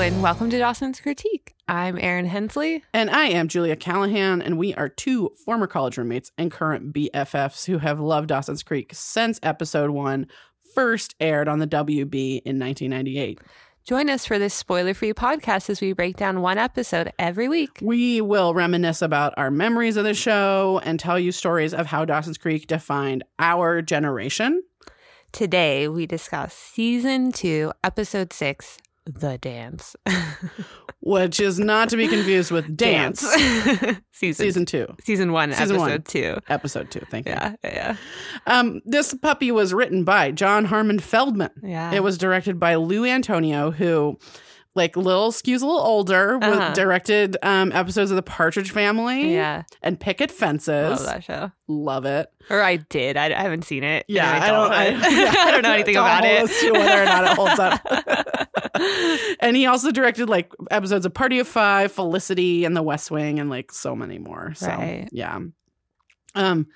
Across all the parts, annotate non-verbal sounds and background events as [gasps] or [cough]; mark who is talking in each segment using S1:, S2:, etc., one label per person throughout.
S1: and welcome to Dawson's Critique. I'm Erin Hensley.
S2: And I am Julia Callahan, and we are two former college roommates and current BFFs who have loved Dawson's Creek since episode one first aired on the WB in 1998.
S1: Join us for this spoiler free podcast as we break down one episode every week.
S2: We will reminisce about our memories of the show and tell you stories of how Dawson's Creek defined our generation.
S1: Today, we discuss season two, episode six The Dance. [laughs]
S2: Which is not to be confused with Dance,
S1: [laughs] season, season,
S2: season two,
S1: one,
S2: Season
S1: episode
S2: one.
S1: two.
S2: episode two. Thank you.
S1: Yeah, yeah,
S2: Um, this puppy was written by John Harmon Feldman.
S1: yeah.
S2: It was directed by Lou Antonio, who, like, little skews a little older, was-
S1: Uh-huh.
S2: directed um, episodes of The Partridge Family
S1: Yeah,
S2: and Picket Fences.
S1: love that show. [laughs]
S2: Love it.
S1: Or I did. I, I haven't seen it. in
S2: Yeah,
S1: my
S2: I [laughs]
S1: [laughs]
S2: don't-
S1: adulthood.
S2: I- yeah,
S1: I don't know anything
S2: don't
S1: about
S2: hold
S1: it.
S2: us to whether or not it
S1: [laughs]
S2: holds up. And he also directed like episodes of Party of Five, Felicity, and The West Wing, and like so many more. So
S1: Right.
S2: yeah. Um,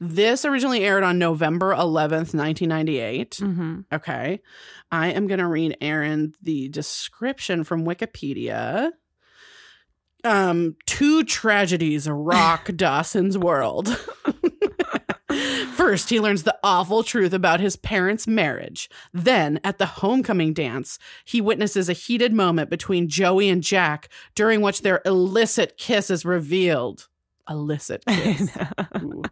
S2: this originally aired on November eleventh, nineteen ninety eight.
S1: hmm
S2: Okay. I am going to read Aaron the description from Wikipedia. Um, two tragedies rock Dawson's world. [laughs] First, he learns the awful truth about his parents' marriage. Then, at the homecoming dance, he witnesses a heated moment between Joey and Jack, during which their illicit kiss is revealed. Illicit kiss. Ooh.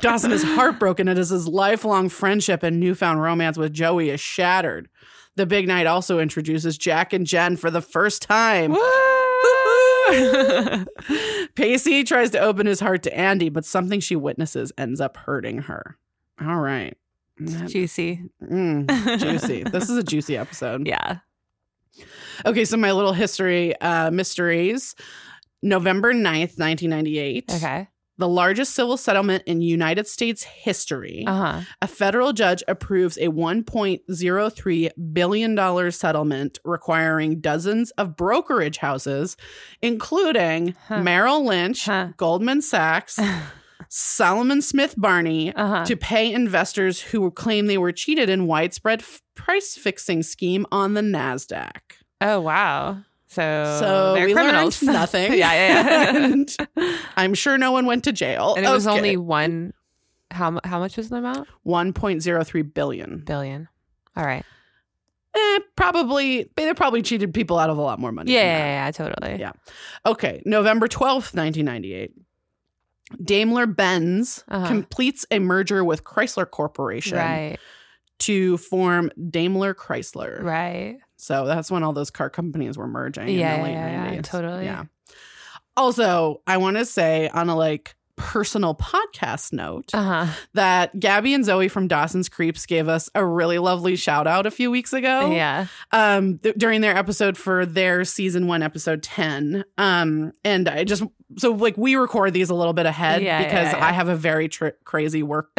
S2: Dawson is heartbroken as his lifelong friendship and newfound romance with Joey is shattered. The big night also introduces Jack and Jen for the first time.
S1: Mm-hmm.
S2: [laughs] Pacey tries to open his heart to Andy, but something she witnesses ends up hurting her. All right. That-
S1: Juicy.
S2: mm, juicy. this is a juicy
S1: [laughs]
S2: episode.
S1: Yeah.
S2: Okay, so my little history uh, mysteries. November 9th, 1998.
S1: Okay.
S2: The largest civil settlement in United States history.
S1: Uh huh.
S2: A federal judge approves a $1.03 billion settlement requiring dozens of brokerage houses, including
S1: Huh.
S2: Merrill Lynch,
S1: Huh.
S2: Goldman Sachs,
S1: [laughs]
S2: Solomon Smith Barney,
S1: Uh-huh.
S2: to pay investors who claim they were cheated in widespread f- price fixing scheme on the NASDAQ.
S1: oh wow. So
S2: so
S1: Oh, they're
S2: we
S1: criminals. [laughs]
S2: learned nothing.
S1: yeah, yeah. yeah.
S2: [laughs] and I'm sure no one went to jail.
S1: and it was
S2: Okay.
S1: only one. How mu- how much was the amount?
S2: 1.03 billion.
S1: Billion. All right.
S2: Eh, probably they probably cheated people out of a lot more money.
S1: Yeah,
S2: than
S1: yeah,
S2: that.
S1: yeah, yeah, totally.
S2: Yeah. Okay, November 12th, 1998. Daimler Benz
S1: Uh-huh.
S2: completes a merger with Chrysler Corporation
S1: Right,
S2: to form Daimler Chrysler.
S1: right.
S2: So that's when all those car companies were merging in
S1: Yeah,
S2: the late
S1: yeah, yeah,
S2: 90s.
S1: totally.
S2: Yeah. Also, I want to say on a like personal podcast note
S1: Uh huh.
S2: that Gabby and Zoe from Dawson's Creeps gave us a really lovely shout out a few weeks ago.
S1: Yeah.
S2: um th- during their episode for their season 1 episode 10 um and i just so like we record these a little bit ahead
S1: Yeah, yeah,
S2: because
S1: yeah.
S2: i have a very tr- crazy work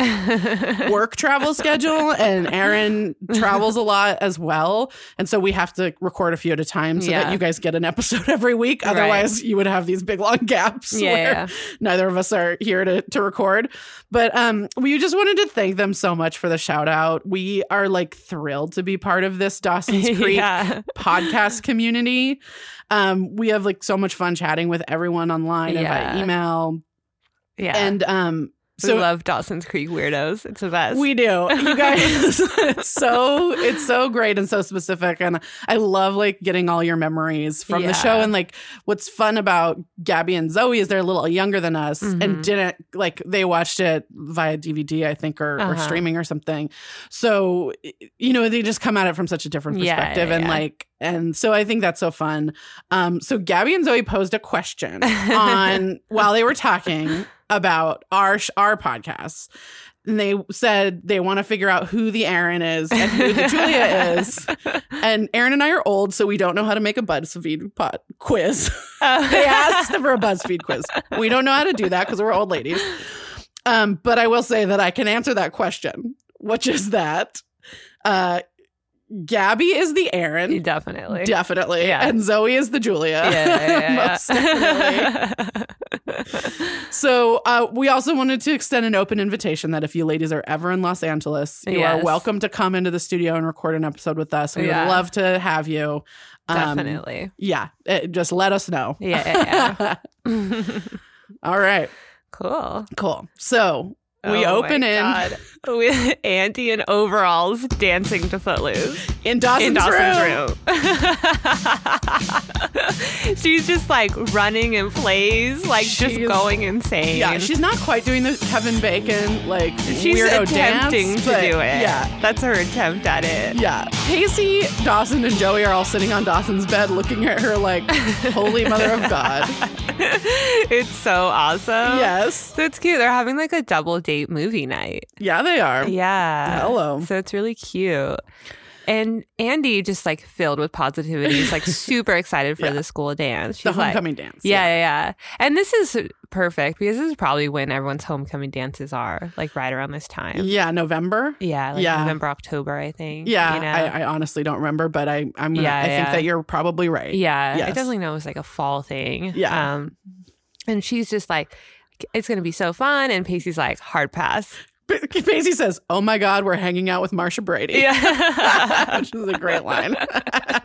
S2: work travel schedule and
S1: [laughs]
S2: Aaron travels a lot as well and so we have to record a few at a time so
S1: Yeah.
S2: that you guys get an episode [laughs] every week
S1: Right.
S2: otherwise you would have these big long gaps
S1: Yeah,
S2: where
S1: yeah.
S2: neither of us are here to, to record but um we just wanted to thank them so much for the shout out we are like thrilled to be part of this Dawson's
S1: [laughs]
S2: Creek
S1: yeah.
S2: podcast community. Um, we have like so much fun chatting with everyone online and
S1: Yeah.
S2: by email.
S1: Yeah.
S2: And um,
S1: we
S2: so
S1: love Dawson's Creek weirdos. It's the best. [laughs]
S2: we do. You guys, it's so it's so great and so specific, and I love like getting all your memories from
S1: Yeah.
S2: the show. And like, what's fun about Gabby and Zoe is they're a little younger than us
S1: Mhm.
S2: and didn't like they watched it via DVD, I think, or, or
S1: Uh-huh.
S2: streaming or something. So y- you know, they just come at it from such a different
S1: Yeah,
S2: perspective,
S1: yeah,
S2: and
S1: yeah.
S2: like, and so I think that's so fun. Um, so Gabby and Zoe posed
S1: [laughs]
S2: a question on while they were talking about our sh- our podcasts. And they said they want to figure out who the Aaron is and who the Julia
S1: [laughs]
S2: is. And Aaron and I are old, so we don't know how to make a BuzzFeed pod quiz. [laughs]
S1: [laughs]
S2: they asked for a BuzzFeed quiz. We don't know how to do that because we're old ladies. Um, but I will say that I can answer that question, which is that uh, Gabby is the Aaron.
S1: Definitely.
S2: Definitely.
S1: Yeah.
S2: And Zoe is the Julia.
S1: Yeah, yeah,
S2: [laughs] Most definitely.
S1: yeah, [laughs] yeah.
S2: So uh, we also wanted to extend an open invitation that if you ladies are ever in Los Angeles, you
S1: Yes.
S2: are welcome to come into the studio and record an episode with us. We
S1: Yeah.
S2: would love to have you. Um,
S1: Definitely.
S2: Yeah. eh, just let us know. [laughs]
S1: Yeah,
S2: All right.
S1: cool.
S2: Cool. So we
S1: Oh my
S2: open in
S1: God. [laughs] with Andy in overalls dancing to Footloose
S2: in Dawson's,
S1: in Dawson's
S2: room.
S1: room. [laughs] She's just like running in plays, like just
S2: She's-
S1: going insane.
S2: Yeah, she's not quite doing the Kevin Bacon like
S1: She's
S2: weirdo
S1: attempting
S2: dance,
S1: to
S2: but
S1: do it.
S2: Yeah,
S1: that's her attempt at it.
S2: yeah. Pacey, Dawson, and Joey are all sitting on Dawson's bed, looking at her like, "Holy Mother of
S1: [laughs]
S2: God!"
S1: [laughs] it's so awesome.
S2: yes,
S1: So it's cute. They're having like a double date movie night.
S2: yeah, they are.
S1: Yeah.
S2: Hello.
S1: So it's really cute. And Andy just like filled with positivity is
S2: [laughs]
S1: like super excited for
S2: Yeah.
S1: the school dance.
S2: the
S1: She's like,
S2: homecoming dance.
S1: yeah, yeah, yeah. And this is perfect because this is probably when everyone's homecoming dances are, like right around this
S2: yeah,
S1: time.
S2: Yeah, November.
S1: Yeah, like
S2: Yeah.
S1: November, October, I think.
S2: Yeah,
S1: You know?
S2: I, I honestly don't remember, but I, I'm gonna,
S1: Yeah,
S2: I think
S1: yeah.
S2: that you're probably right.
S1: Yeah, I
S2: Yes.
S1: definitely know it was like a fall thing.
S2: Yeah.
S1: Um, and she's just like, it's gonna be so fun. And Pacey's like, hard pass.
S2: P- Pacey says, "Oh my God, we're hanging out with Marsha
S1: [laughs]
S2: Brady." [laughs]
S1: Yeah.
S2: which is a great line.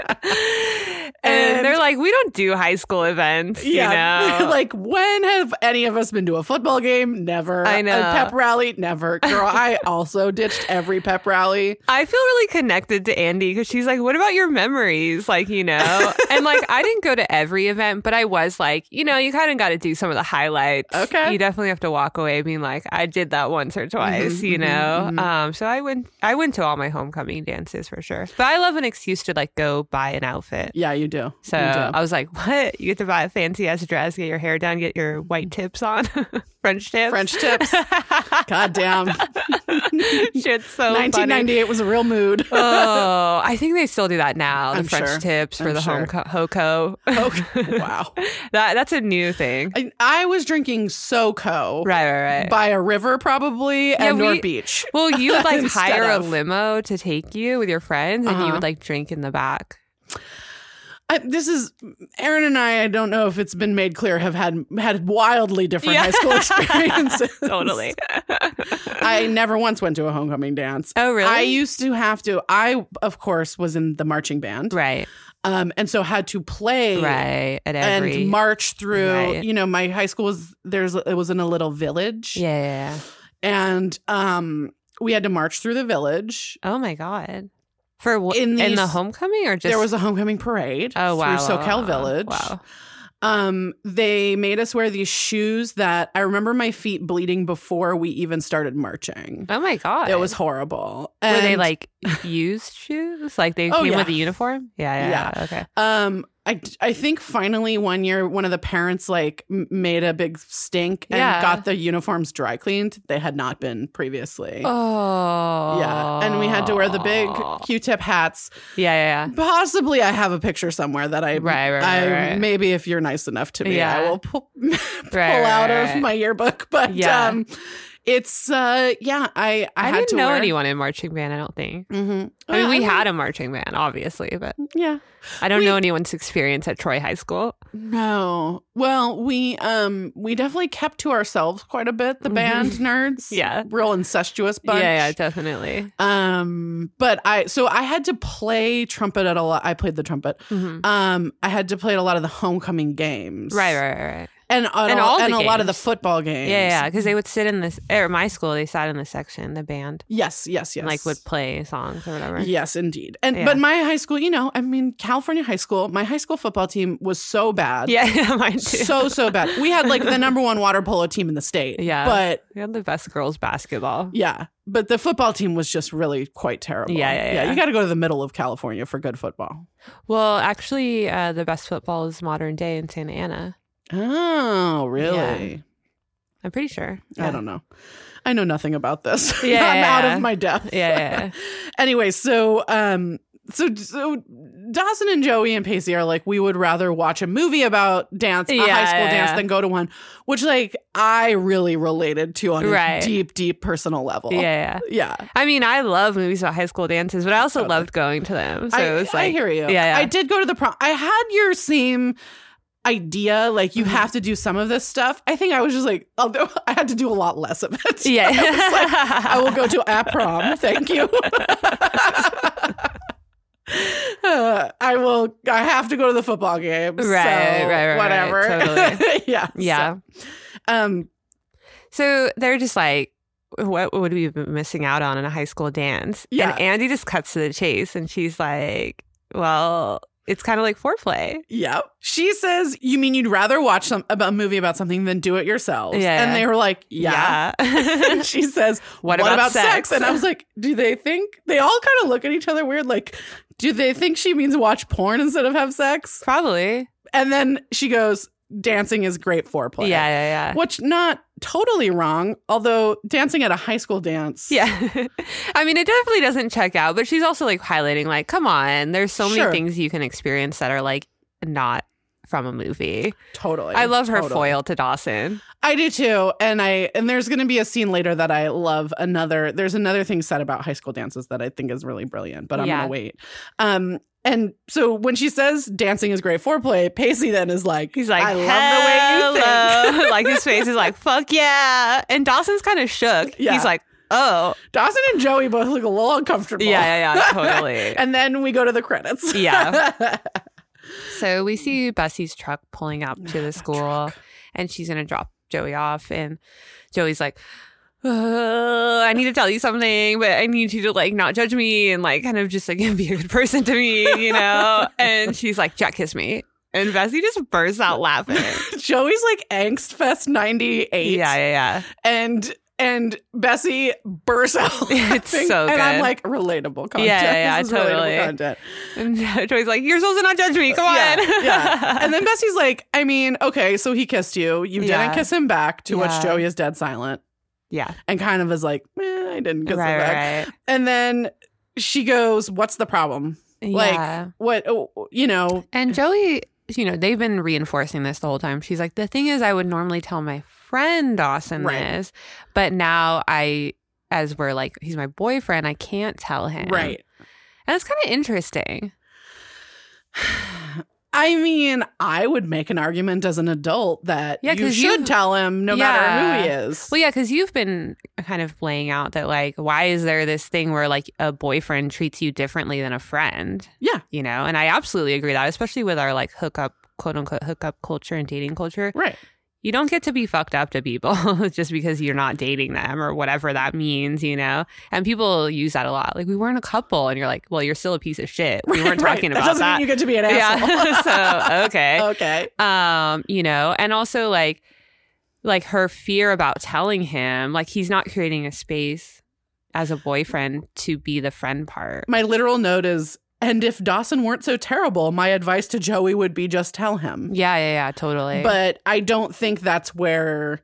S1: and,
S2: And-
S1: they're like, we don't do high school events. [laughs] You know?
S2: [laughs] like when have any of us been to a football game? Never.
S1: I know.
S2: A pep rally? Never.
S1: [laughs]
S2: Girl, I also ditched every pep rally.
S1: I feel really connected to Andy because she's like, what about your memories? Like, you
S2: [laughs]
S1: know? and like, I didn't go to every event, but I was like, you know, you kind of got to do some of the highlights.
S2: Okay.
S1: You definitely have to walk away being like, I did that once or twice,
S2: Mhm,
S1: you
S2: mhm,
S1: know?
S2: mhm.
S1: Um, so I went, I went to all my homecoming dances for sure. But I love an excuse to like go buy an outfit.
S2: Yeah, you do.
S1: So uh,
S2: you do.
S1: [laughs] I was like, what? You get to buy a fancy ass dress, get your hair done, get your white tips on, [laughs] French tips.
S2: French tips.
S1: [laughs]
S2: God damn. [laughs]
S1: Shit's so funny.
S2: 1998 was a
S1: [laughs]
S2: real mood. [laughs]
S1: oh, I think they still do that now. The
S2: I'm
S1: French
S2: sure.
S1: tips for
S2: I'm
S1: the
S2: sure.
S1: home co- [laughs] hoco.
S2: Okay. Oh, Wow.
S1: that that's a new thing.
S2: I, I was drinking SoCo
S1: Right, right, right.
S2: by a river, probably, and
S1: we-
S2: North Beach.
S1: well, you would
S2: [laughs]
S1: like
S2: Instead
S1: hire
S2: of-
S1: a limo to take you with your friends, and you
S2: Uh-huh.
S1: would like drink in the back.
S2: I, this is Aaron and I. I don't know if it's been made clear. Have had had wildly different
S1: Yeah. [laughs]
S2: high [laughs] school experiences. [laughs]
S1: Totally.
S2: I never once went to a homecoming dance.
S1: [laughs] oh, really?
S2: I used to have to. I, of course, was in the marching band,
S1: right,
S2: um, and so had to play
S1: right. At
S2: and
S1: every
S2: march through.
S1: Right.
S2: You know, my high school was there's it was in a little village,
S1: yeah, yeah, yeah.
S2: and um, we had to march through the village.
S1: Oh my god. For what?
S2: In
S1: In, the
S2: these-
S1: homecoming or just
S2: there was a homecoming parade
S1: oh wow
S2: through
S1: wow,
S2: SoCal
S1: wow, wow.
S2: Village.
S1: Wow.
S2: Um, they made us wear these shoes that I remember my feet bleeding before we even started marching.
S1: Oh my god.
S2: It was horrible.
S1: Were they
S2: And,
S1: like used shoes? Like they
S2: Oh,
S1: came
S2: yeah.
S1: with a uniform? Yeah, yeah, yeah. Okay.
S2: Um, I, I think finally one year one of the parents like m- made a big stink and
S1: Yeah.
S2: got the uniforms dry cleaned. They had not been previously.
S1: Oh.
S2: Yeah, and we had to wear the big Q-tip hats.
S1: Yeah, yeah, yeah.
S2: Possibly, I have a picture somewhere that I,
S1: Right, right,
S2: I
S1: right, right.
S2: maybe if you're nice enough to me, I
S1: Yeah.
S2: will pull, [laughs] pull
S1: right,
S2: out
S1: right.
S2: of my yearbook. [laughs] But
S1: Yeah.
S2: um, it's uh, yeah, I I,
S1: I,
S2: had
S1: didn't
S2: to
S1: know
S2: wear-
S1: anyone in marching band. I don't think.
S2: Mhm.
S1: I mean,
S2: Yeah,
S1: we had a marching band, obviously, but
S2: yeah.
S1: I don't
S2: We-
S1: know anyone's experience at Troy High School.
S2: No. Well, we um we definitely kept to ourselves quite a bit, the
S1: Mhm. [laughs]
S2: band nerds.
S1: Yeah.
S2: Real incestuous bunch.
S1: Yeah, yeah, definitely.
S2: Um but I so I had to play trumpet at a lot. I played the trumpet.
S1: Mhm.
S2: Um I had to play at a lot of the homecoming games.
S1: Right, right, right, right.
S2: And at
S1: And
S2: all,
S1: all the
S2: and a lot of the
S1: games.
S2: football games.
S1: Yeah, yeah, because they would sit in this. Or my school, they sat in the section, the band,
S2: Yes, yes, yes.
S1: and like would play songs or whatever.
S2: Yes, indeed. And
S1: Yeah.
S2: but my high school, you know, I mean California high school, my high school football team was so bad.
S1: yeah, yeah, [laughs] mine too.
S2: So so bad. We had like the number one water polo team in the state.
S1: [laughs] Yeah.
S2: But
S1: we had the best girls basketball.
S2: Yeah, but the football team was just really quite terrible.
S1: Yeah, yeah, yeah.
S2: you got to go to the middle of California for good football.
S1: Well, actually, uh, the best football is modern day in Santa Ana.
S2: Oh, really?
S1: I'm pretty sure.
S2: I don't know. I know nothing about this. [laughs]
S1: Yeah,
S2: I'm out
S1: yeah.
S2: [laughs] of my depth.
S1: Yeah, yeah,
S2: anyway, so um, so so Dawson and Joey and Pacey are like, we would rather watch a movie about dance, a
S1: Yeah,
S2: high school
S1: yeah,
S2: dance,
S1: yeah.
S2: than go to one, which like I really related to on
S1: Right.
S2: a deep, deep personal level.
S1: Yeah, yeah.
S2: Yeah.
S1: I mean, I love movies about high school dances, but I also
S2: Totally.
S1: loved going to them. So
S2: I,
S1: it was like,
S2: I hear you.
S1: Yeah, yeah.
S2: I did go to the prom. I had your same idea. Like
S1: Mm-hmm.
S2: you have to do some of this stuff. I think I was just like, although [laughs] I had to do a lot less of
S1: [laughs]
S2: it. [laughs]
S1: yeah,
S2: I was
S1: [laughs]
S2: like, I will go to a prom. Thank you. [laughs] Uh, I will. I have to go to the football game. so
S1: Right, right, right, right,
S2: Whatever.
S1: totally.
S2: [laughs] yeah.
S1: Yeah.
S2: so, um.
S1: So they're just like, what would we be missing out on in a high school dance?
S2: Yeah.
S1: And Andy just cuts to the chase and she's like, well, it's kind of like foreplay.
S2: Yep. She says, "You mean you'd rather watch some about a movie about something than do it yourselves?"
S1: Yeah,
S2: And
S1: yeah.
S2: they were like, "Yeah."
S1: Yeah.
S2: [laughs]
S1: [laughs]
S2: And she says,
S1: what,
S2: "What about sex?" And I was like, "Do they think they all kind of look at each other weird? Like, do they think she means watch porn instead of have sex?"
S1: probably.
S2: And then she goes, "Dancing is great foreplay."
S1: Yeah, yeah, yeah.
S2: which not totally wrong although dancing at a high school
S1: [laughs]
S2: dance
S1: Yeah. I mean, it definitely doesn't check out, but she's also like highlighting, like, come on, there's so
S2: Sure.
S1: many things you can experience that are like not from a movie.
S2: totally
S1: I love her
S2: Uh, totally.
S1: foil to Dawson.
S2: i do too and i and there's going to be a scene later that i love another there's another thing said about high school dances that i think is really brilliant but i'm
S1: Yeah.
S2: gonna wait um and so when she says dancing is great foreplay pacey then is like
S1: He's like,
S2: i love the way you think
S1: "Hello." [laughs] like his face is like, fuck yeah. And Dawson's kind of shook.
S2: Yeah.
S1: He's like, oh.
S2: dawson and joey both look a little uncomfortable
S1: Yeah, yeah, yeah,
S2: [laughs]
S1: totally.
S2: and then we go to the credits
S1: Yeah. so we see Bessie's truck pulling up to
S2: [laughs]
S1: the school and she's going to drop Joey off. And Joey's like, "Uh, I need to tell you something, but I need you to like not judge me and like kind of just like [laughs] be a good person to me, you
S2: [laughs]
S1: know? and she's like, Jack, kiss me. And Bessie just bursts out
S2: [laughs]
S1: laughing.
S2: [laughs] joey's like angst fest 98
S1: Yeah, yeah, yeah.
S2: and and Bessie bursts out.
S1: [laughs] It's
S2: laughing,
S1: so
S2: and I'm
S1: good.
S2: like relatable content.
S1: Yeah, yeah,
S2: This is
S1: yeah,
S2: relatable
S1: totally.
S2: content.
S1: And [laughs] Joey's like, "You're supposed to not judge me. Come on." [laughs]
S2: Yeah, yeah. And then Bessie's like, I mean, okay, so he kissed you. You
S1: Yeah.
S2: didn't kiss him back. To
S1: Yeah.
S2: which Joey is dead silent
S1: yeah,
S2: and kind of is like, eh, I didn't kiss him
S1: right,
S2: back.
S1: right.
S2: And then she goes, What's the problem?
S1: Yeah.
S2: Like, what? Oh, you know,
S1: And Joey, you know, they've been reinforcing this the whole time. She's like, "The thing is, I would normally tell my friend Dawson
S2: Right.
S1: this, but now I." As we're like, he's my boyfriend. I can't tell him.
S2: right?
S1: And it's kind of interesting.
S2: I mean, I would make an argument as an adult that
S1: Yeah,
S2: you
S1: 'cause
S2: should
S1: you've-
S2: tell him no matter who he is.
S1: Well, yeah, because you've been kind of laying out that, like, why is there this thing where, like, a boyfriend treats you differently than a friend?
S2: Yeah.
S1: You know, and I absolutely agree that, especially with our, like, hookup, quote unquote, hookup culture and dating culture.
S2: right.
S1: you don't get to be fucked up to people [laughs] just because you're not dating them or whatever that means, you know? And people use that a lot. Like, we weren't a couple. And you're like, well, you're still a piece of shit.
S2: [laughs]
S1: We weren't
S2: Right.
S1: talking
S2: that
S1: about
S2: doesn't
S1: that.
S2: Mean you get to be an asshole.
S1: yeah. [laughs]
S2: [laughs]
S1: so, okay.
S2: okay.
S1: Um, you know, and also like, like her fear about telling him, like, he's not creating a space as a boyfriend to be the friend part.
S2: My literal note is, and if Dawson weren't so terrible, my advice to Joey would be just tell him.
S1: Yeah. Yeah. Yeah. Totally.
S2: But I don't think that's where.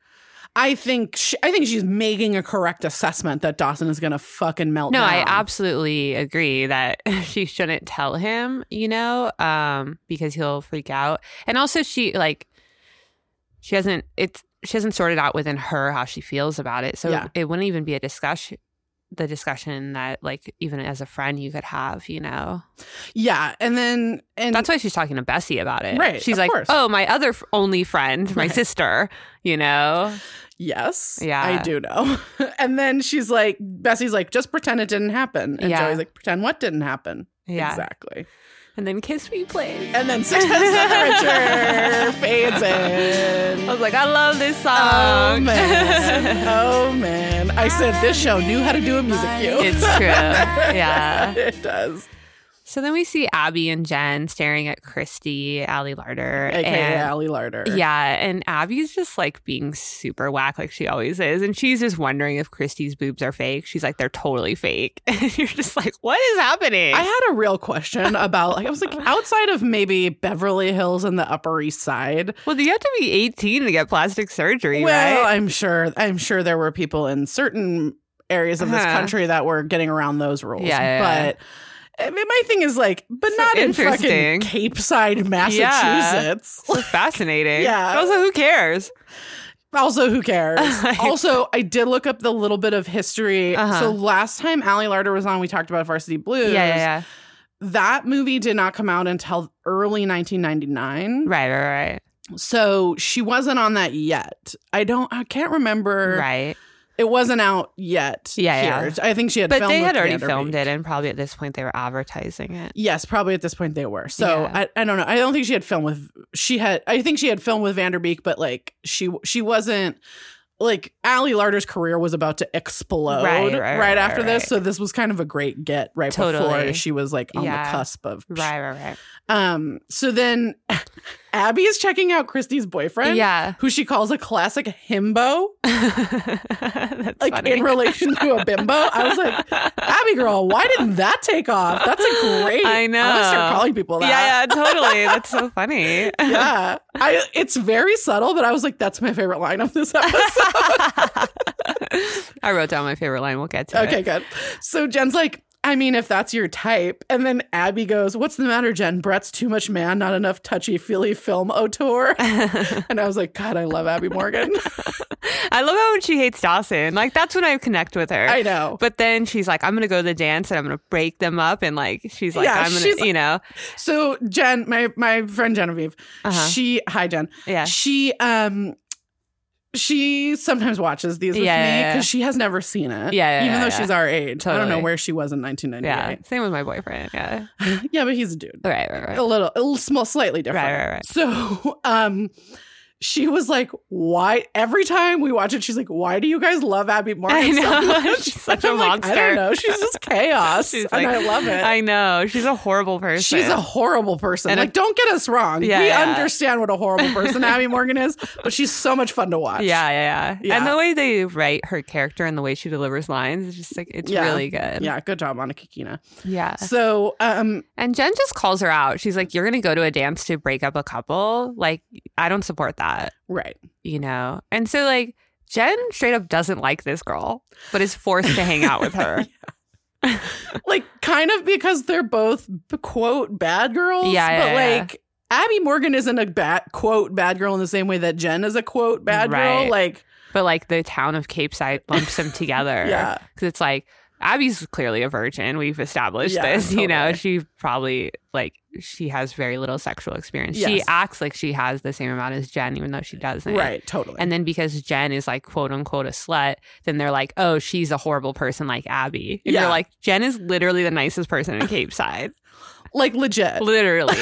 S2: I think she, I think she's making a correct assessment that Dawson is gonna fucking melt.
S1: No, I
S2: down.
S1: absolutely agree that [laughs] she shouldn't tell him, you know, um, because he'll freak out. And also she like she hasn't it's she hasn't sorted out within her how she feels about it. So
S2: Yeah.
S1: it wouldn't even be a discussion the discussion that like even as a friend you could have, you know.
S2: Yeah, and then and
S1: That's why she's talking to Bessie about it.
S2: Right,
S1: She's
S2: of
S1: like,
S2: course.
S1: "Oh, my other f- only friend, my
S2: Right.
S1: sister," you
S2: [laughs]
S1: know.
S2: yes,
S1: Yeah.
S2: I do know. [laughs] and then she's like, Bessie's like, just pretend it didn't happen, and
S1: Yeah.
S2: Joey's like, pretend what didn't happen.
S1: Yeah.
S2: exactly.
S1: And then kiss me, please.
S2: And then Sixpence
S1: [laughs]
S2: None the Richer fades in.
S1: I was like, "I love this
S2: Oh
S1: song."
S2: man. Oh man. I said this show knew how to do a music
S1: [laughs] [laughs]
S2: cue. [laughs]
S1: It's true. Yeah.
S2: it does.
S1: So then we see Abby and Jen staring at Christy, Allie Larder.
S2: AKA
S1: and,
S2: Allie Larder.
S1: Yeah. And Abby's just like being super whack, like she always is. And she's just wondering if Christy's boobs are fake. She's like, they're totally fake. [laughs] And you're just like, what is happening?
S2: I had a real question about like I was like outside of maybe Beverly Hills and the Upper East Side.
S1: well, you have to be 18 to get plastic surgery,
S2: Well,
S1: right?
S2: I'm sure I'm sure there were people in certain areas of this
S1: Uh-huh.
S2: country that were getting around those rules.
S1: Yeah, yeah, yeah.
S2: but I mean, my thing is like, but
S1: So
S2: not in fucking
S1: interesting.
S2: Cape Side, Massachusetts.
S1: So fascinating.
S2: Yeah.
S1: But also, who cares?
S2: Also,
S1: [laughs]
S2: who cares?
S1: Like-
S2: also, I did look up the little bit of history.
S1: Uh-huh.
S2: So last time Allie Larder was on, we talked about Varsity Blues.
S1: Yeah, yeah, yeah.
S2: That movie did not come out until early 1999.
S1: Right, right, right.
S2: So she wasn't on that yet. I don't. I can't remember.
S1: Right.
S2: It wasn't out yet.
S1: Yeah,
S2: here. I think she had.
S1: But
S2: filmed
S1: they
S2: with
S1: had already
S2: Commander
S1: filmed
S2: Beak.
S1: it, and probably at this point they were advertising it.
S2: Yes, probably at this point they were. So
S1: Yeah.
S2: I, I don't know. I don't think she had film with she had. I think she had film with Vanderbeek, but like she she wasn't like Allie Larder's career was about to explode
S1: Right, right, right,
S2: after
S1: right,
S2: this.
S1: right.
S2: So this was kind of a great get right before
S1: Totally.
S2: she was like on the
S1: Yeah.
S2: cusp of
S1: Right, right,
S2: Um. So then [laughs] Abby is checking out Christy's
S1: right.
S2: boyfriend,
S1: Yeah. [laughs]
S2: who she calls a classic himbo,
S1: That's
S2: like
S1: funny.
S2: in relation to a bimbo. I was
S1: [laughs]
S2: like. Abby girl, why didn't that take off? That's a great.
S1: I
S2: I'm gonna
S1: know.
S2: start calling people that.
S1: yeah, yeah, [laughs] totally. That's so funny. [laughs]
S2: yeah. I it's very subtle, but I was like, that's my favorite line of
S1: [laughs]
S2: this episode.
S1: I wrote down my favorite line. We'll get to
S2: okay,
S1: it.
S2: good. So Jen's like, I mean, if that's your type. And then Abby goes, What's the matter, Jen? Brett's too much man, not enough touchy feely
S1: [laughs]
S2: film auteur.
S1: Okay.
S2: And I was like, God, I love
S1: [laughs]
S2: Abby Morgan.
S1: I love how when she hates Dawson, like that's when I connect with her.
S2: I know.
S1: but then she's like, I'm gonna go to the dance and I'm gonna break them up, and like she's like,
S2: Yeah,
S1: I'm gonna,
S2: she's-
S1: you know,
S2: So Jen, my my friend Genevieve,
S1: Uh-huh.
S2: she hi Jen.
S1: yeah,
S2: She um she sometimes watches these with
S1: Yeah,
S2: me
S1: yeah,
S2: because
S1: yeah.
S2: she has never seen it.
S1: Yeah, yeah,
S2: Even
S1: yeah,
S2: though
S1: yeah.
S2: she's our age. I don't know
S1: Totally.
S2: where she was in
S1: yeah.
S2: 1998.
S1: Same with my boyfriend.
S2: [sighs]
S1: Yeah,
S2: [laughs] yeah but he's a dude.
S1: right, right, right.
S2: a little, a little small, slightly different.
S1: Right, right, right.
S2: So, [laughs] um, she was like, "Why?" Every time we watch it, she's like, "Why do you guys love Abby Morgan?"
S1: [laughs] I
S2: [laughs]
S1: [laughs]
S2: so
S1: know.
S2: much?"
S1: She's such
S2: And
S1: a
S2: I'm like, I
S1: monster.
S2: don't know. She's just
S1: [laughs]
S2: chaos,
S1: She's
S2: and
S1: like,
S2: I love it.
S1: I know she's a horrible person.
S2: She's a horrible person.
S1: And a-
S2: like, don't get us wrong.
S1: Yeah,
S2: we
S1: yeah.
S2: understand what a horrible
S1: [laughs]
S2: person Abby Morgan is, but she's so much fun to watch.
S1: yeah, yeah, yeah,
S2: Yeah.
S1: And the way they write her character and the way she delivers lines is just like it's
S2: Yeah.
S1: really good. Uh,
S2: yeah. Good job, Monica Kina.
S1: yeah.
S2: So, um,
S1: And Jen just calls her out. She's like, You're going to go to a dance to break up a couple. Like, I don't support that,
S2: right.
S1: you know? And so, like, Jen straight up doesn't like this girl, but is forced to hang out with
S2: [laughs]
S1: her.
S2: like kind of because they're both quote bad girls.
S1: Yeah, yeah,
S2: but
S1: yeah.
S2: like Abby Morgan isn't a bad quote bad girl in the same way that Jen is a quote bad girl.
S1: Right.
S2: Like
S1: But, like, the town of Cape Side lumps them together.
S2: [laughs] yeah,
S1: Cause it's like, Abby's clearly a virgin. We've established
S2: Yeah,
S1: this, you know?
S2: totally.
S1: She probably, like, she has very little sexual experience. She
S2: Yes.
S1: acts like she has the same amount as Jen, even though she doesn't.
S2: right, totally.
S1: And then because Jen is like quote unquote a slut, then they're like, oh, she's a horrible person like Abby. And
S2: Yeah.
S1: you're like, Jen is literally the nicest person in Cape
S2: [laughs]
S1: Side.
S2: like legit,
S1: literally.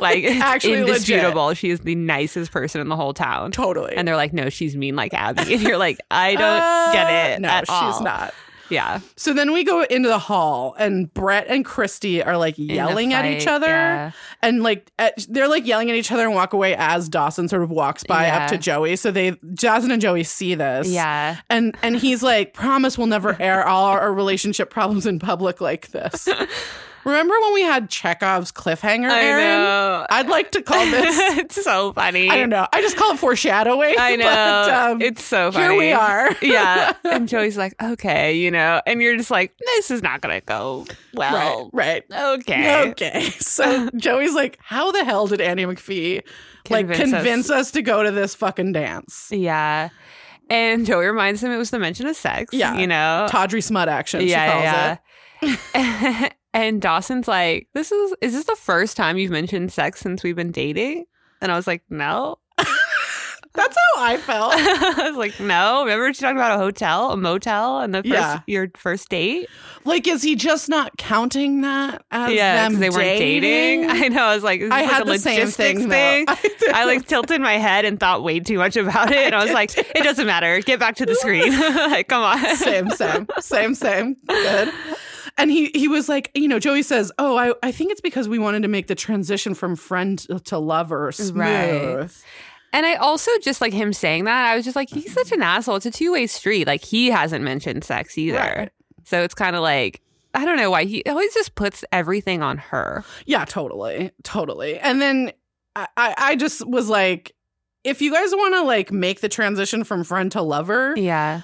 S1: like, it's
S2: Actually legit.
S1: indisputable. She is the nicest person in the whole town.
S2: totally.
S1: And they're like, no, she's mean like Abby. And you're like, I don't
S2: Uh,
S1: get it
S2: No,
S1: at
S2: she's
S1: all.
S2: not.
S1: Yeah.
S2: So then we go into the hall, and Brett and Christy are like
S1: In the
S2: yelling at each
S1: fight,
S2: other,
S1: yeah.
S2: and like at, they're like yelling at each other and walk away as Dawson sort of walks by
S1: Yeah.
S2: up to Joey. So they Dawson and Joey see this,
S1: Yeah.
S2: and and he's like promise we'll never
S1: [laughs]
S2: air all our relationship problems in public like this remember when we had chekhov's cliffhanger
S1: I
S2: Aaron?
S1: know.
S2: i'd like to call
S1: [laughs]
S2: this
S1: it's so funny.
S2: i don't know i just call it foreshadowing
S1: I know.
S2: [laughs] but, um,
S1: it's so funny.
S2: here
S1: [laughs]
S2: we are
S1: yeah. And Joey's like, okay, you know, and you're just like, this is not going to go well.
S2: right right
S1: Okay.
S2: Okay,
S1: [laughs]
S2: so Joey's like, "How the hell did Annie McPhee like
S1: Convince us.
S2: convince us to go to this fucking dance?
S1: Yeah. And Joey reminds him it was the mention of sex.
S2: Yeah.
S1: You know?
S2: Tawdry smut action."
S1: yeah.
S2: she calls
S1: yeah.
S2: it.
S1: yeah. [laughs] and Dawson's like, this is, is this the first time you've mentioned sex since we've been dating? And I was like, no. [laughs]
S2: That's how I felt.
S1: I was like, no. Remember she talked about a hotel, a motel, and the first
S2: Yeah.
S1: your first date?
S2: Like, is he just not counting that as
S1: yeah, because
S2: them
S1: they weren't [laughs] dating. I know. I was like, is this
S2: I
S1: like
S2: had
S1: a
S2: the same
S1: logistics
S2: thing. though.
S1: thing?
S2: I, did.
S1: [laughs] I like tilted my head and thought way too much about it. And [laughs] I was like, it doesn't matter. Get back to the screen. [laughs] like, come on.
S2: same, same, same, same. Good. And he he was like, you know, Joey says, "Oh, I I think it's because we wanted to make the transition from friend to lover smooth."
S1: Right. And I also just like him saying that, I was just like, he's such an asshole. It's a two way street. Like, he hasn't mentioned sex either.
S2: Right.
S1: So it's kind of like, I don't know why he always just puts everything on her.
S2: Yeah, totally, totally. And then I I, I just was like. If you guys want to like make the transition from friend to lover,
S1: Yeah.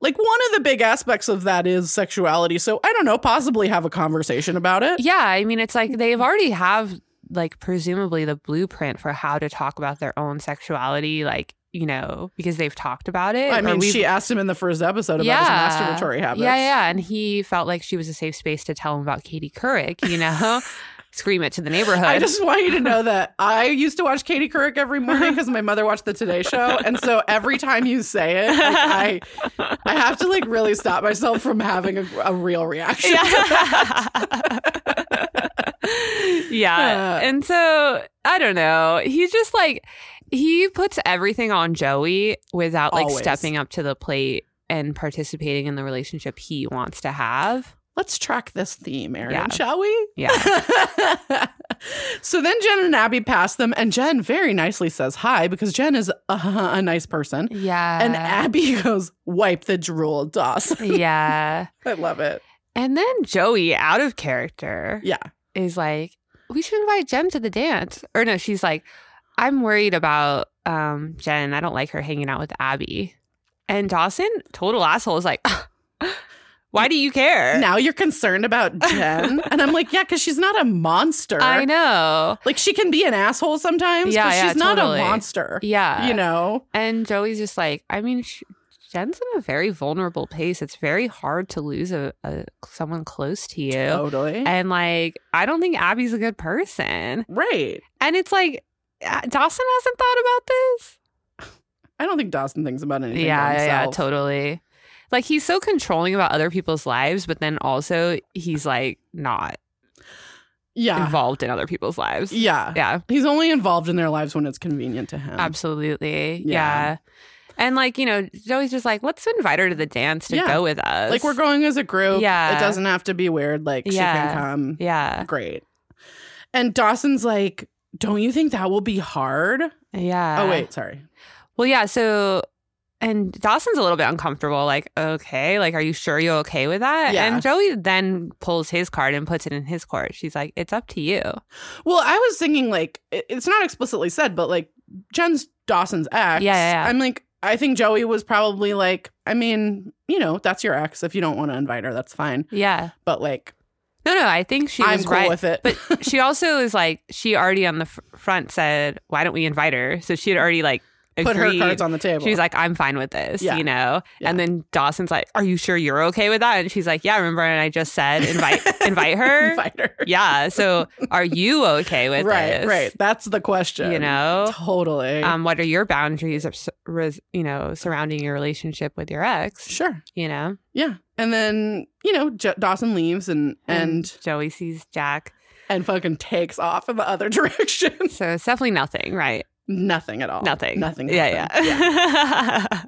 S2: like one of the big aspects of that is sexuality. So I don't know, possibly have a conversation about it.
S1: Yeah, I mean, it's like
S2: Mm-hmm.
S1: they've already have like presumably the blueprint for how to talk about their own sexuality, like you know, because they've talked about it.
S2: I
S1: or
S2: mean,
S1: we've-
S2: she asked him in the first episode about his masturbatory habits.
S1: Yeah, yeah, and he felt like she was a safe space to tell him about Katie Couric. You know,
S2: [laughs]
S1: scream it to the neighborhood.
S2: I just want you to know that I used to watch Katie Couric every morning because my mother watched the Today Show, and so every time you say it, like, I I have to like really stop myself from having a, a real reaction.
S1: yeah. [laughs] yeah.
S2: Uh,
S1: And so I don't know. He's just like he puts everything on Joey without like
S2: Always.
S1: stepping up to the plate and participating in the relationship he wants to have.
S2: Let's track this theme, Erin,
S1: Yeah.
S2: shall we?
S1: Yeah.
S2: [laughs] so then Jen and Abby pass them, and Jen very nicely says hi because Jen is uh, a [laughs] nice person.
S1: Yeah.
S2: And [laughs] Abby goes, wipe the drool, Doss.
S1: yeah.
S2: I love it.
S1: And then Joey out of character
S2: Yeah.
S1: is like, we should invite Jen to the dance. Or no, she's like, I'm worried about um, Jen. I don't like her hanging out with Abby. And Dawson, total asshole, is like, [laughs] why do you care?
S2: Now you're concerned about Jen. and I'm like, yeah, because she's not a monster.
S1: I know.
S2: Like she can be an asshole sometimes,
S1: Yeah,
S2: but
S1: yeah,
S2: she's not
S1: totally.
S2: a monster.
S1: Yeah.
S2: You know?
S1: And Joey's just like, I mean, sh- Jen's in a very vulnerable place. It's very hard to lose a, a someone close to you.
S2: Totally.
S1: And like, I don't think Abby's a good person.
S2: right.
S1: And it's like, uh, Dawson hasn't thought about this.
S2: I don't think Dawson thinks about anything.
S1: yeah,
S2: by
S1: yeah, yeah,
S2: himself.
S1: totally. Like he's so controlling about other people's lives, but then also he's like not
S2: Yeah.
S1: involved in other people's lives.
S2: yeah.
S1: Yeah,
S2: He's only involved in their lives when it's convenient to him.
S1: absolutely. Yeah.
S2: Yeah.
S1: And like, you know, Joey's just like, let's invite her to the dance to
S2: Yeah.
S1: go with us.
S2: Like we're going as a group.
S1: Yeah.
S2: It doesn't have to be weird. Like she
S1: Yeah.
S2: can come.
S1: Yeah.
S2: Great. And Dawson's like, don't you think that will be hard?
S1: Yeah.
S2: oh, wait. Sorry.
S1: Well, yeah. So, and Dawson's a little bit uncomfortable. Like, okay, like, are you sure you're okay with that?
S2: Yeah.
S1: And Joey then pulls his card and puts it in his court. She's like, it's up to you.
S2: Well, I was thinking like it- it's not explicitly said, but like Jen's Dawson's ex.
S1: Yeah, yeah, yeah.
S2: I'm like, I think Joey was probably like, I mean, you know, that's your ex. If you don't want to invite her, that's fine.
S1: Yeah.
S2: But like,
S1: No, no, I think she
S2: I'm
S1: was
S2: cool
S1: right.
S2: with it. [laughs]
S1: but she also is like, she already on the f- front said, why don't we invite her? So she had already like
S2: put her
S1: agreed.
S2: cards on the table.
S1: She's like, I'm fine with this,
S2: Yeah.
S1: you know?
S2: Yeah.
S1: And then Dawson's like, Are you sure you're okay with that? And she's like, Yeah, remember and I just said invite
S2: [laughs]
S1: invite her.
S2: invite her.
S1: Yeah. So are you okay [laughs] with
S2: right,
S1: this?
S2: right. That's the question.
S1: You know?
S2: totally.
S1: Um, what are your boundaries of, s- res- you know, surrounding your relationship with your ex?
S2: sure.
S1: You know,
S2: Yeah. And then you know, J- Dawson leaves and and
S1: Joey sees Jack,
S2: and fucking takes off in the other [laughs] direction.
S1: so it's definitely nothing, right?
S2: Nothing at all.
S1: Nothing.
S2: Oh, Nothing.
S1: Yeah,
S2: happened.
S1: [laughs] yeah.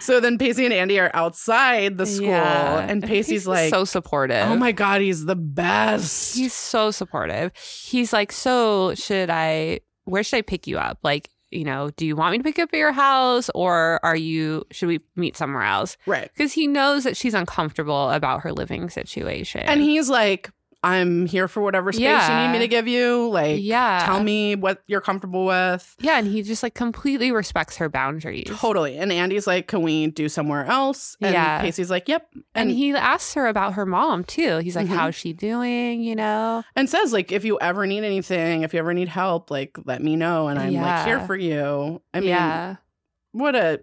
S2: So then Pacey and Andy are outside the school,
S1: Yeah.
S2: and Pacey's like,
S1: so supportive.
S2: "Oh my god, he's the best."
S1: He's so supportive. He's like, so should I? Where should I pick you up? Like, you know, do you want me to pick you up at your house, or are you? Should we meet somewhere else?
S2: right,
S1: Because he knows that she's uncomfortable about her living situation.
S2: and he's like, "I'm here for whatever space you
S1: Yeah.
S2: need me to give you. Like,
S1: yeah,
S2: tell me what you're comfortable with."
S1: yeah, and he just like completely respects her boundaries.
S2: Totally. And Andy's like, "Can we do somewhere else?" And
S1: Yeah.
S2: Pacey's like, "Yep."
S1: And,
S2: And
S1: he asks her about her mom too. He's like,
S2: Mhm.
S1: "How's she doing?" You know.
S2: and says like, "If you ever need anything, if you ever need help, like let me know, and I'm like
S1: Yeah.
S2: here for you." I mean,
S1: yeah.
S2: what a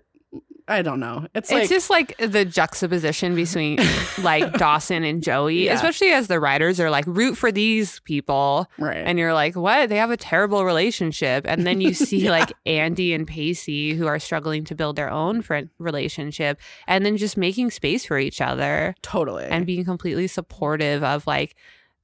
S2: I don't know.
S1: It's
S2: It's, like
S1: just like the juxtaposition
S2: [laughs]
S1: between like Dawson and Joey,
S2: Yeah.
S1: especially as the writers are like root for these people,
S2: right.
S1: and you're like, what? They have a terrible relationship, and then you see
S2: [laughs] Yeah.
S1: like Andy and Pacey who are struggling to build their own friend relationship, and then just making space for each other
S2: totally.
S1: and being completely supportive of like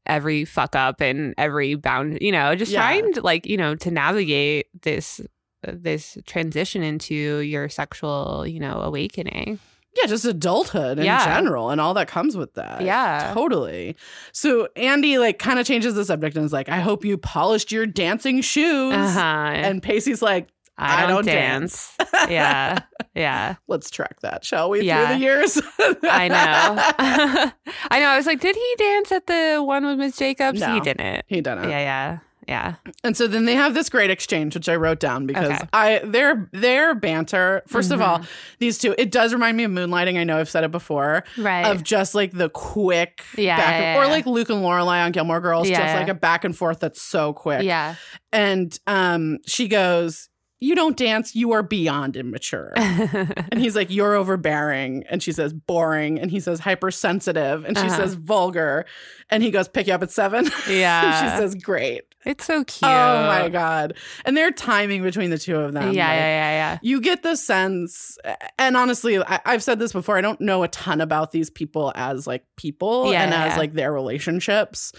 S1: every fuck up and every bound, you know, just
S2: Yeah.
S1: trying to like you know to navigate this uh, this transition into your sexual you know awakening
S2: yeah, just adulthood in
S1: Yeah.
S2: general and all that comes with that.
S1: Yeah.
S2: Totally. So Andy like kind of changes the subject and is like, I hope you polished your dancing shoes.
S1: Uh-huh.
S2: And Pacey's like,
S1: I,
S2: I
S1: don't
S2: don't
S1: dance. yeah. Yeah.
S2: let's track that, shall we?
S1: Yeah.
S2: Through the years. [laughs]
S1: I know. I know. I was like, did he dance at the one with Miss Jacobs?
S2: No.
S1: He didn't.
S2: he done it.
S1: Yeah. Yeah. Yeah.
S2: And so then they have this great exchange, which I wrote down because
S1: Okay. Mm-hmm.
S2: I their their banter. 1st of all, these two, it does remind me of moonlighting. I know I've said it before.
S1: Right.
S2: Of just like the quick
S1: Yeah,
S2: back
S1: yeah,
S2: or
S1: yeah.
S2: like Luke and Lorelai on Gilmore Girls,
S1: Yeah,
S2: just
S1: yeah.
S2: like a back and forth that's so quick.
S1: yeah.
S2: And um she goes, You don't dance, you are beyond
S1: [laughs]
S2: immature. And he's like, You're overbearing. And she says, Boring. And he says, Hypersensitive. And she
S1: Uh-huh.
S2: says, Vulgar. And he goes, Pick you up at seven.
S1: [laughs]
S2: [laughs]
S1: yeah.
S2: she says, Great.
S1: it's so Ah. cute.
S2: Oh my God. And their timing between the two of
S1: Yeah,
S2: them.
S1: yeah,
S2: like,
S1: yeah,
S2: You get the sense, and honestly, I, I've said this before. I don't know a ton about these people as like people
S1: Yeah,
S2: and
S1: yeah,
S2: as
S1: yeah.
S2: like their relationships,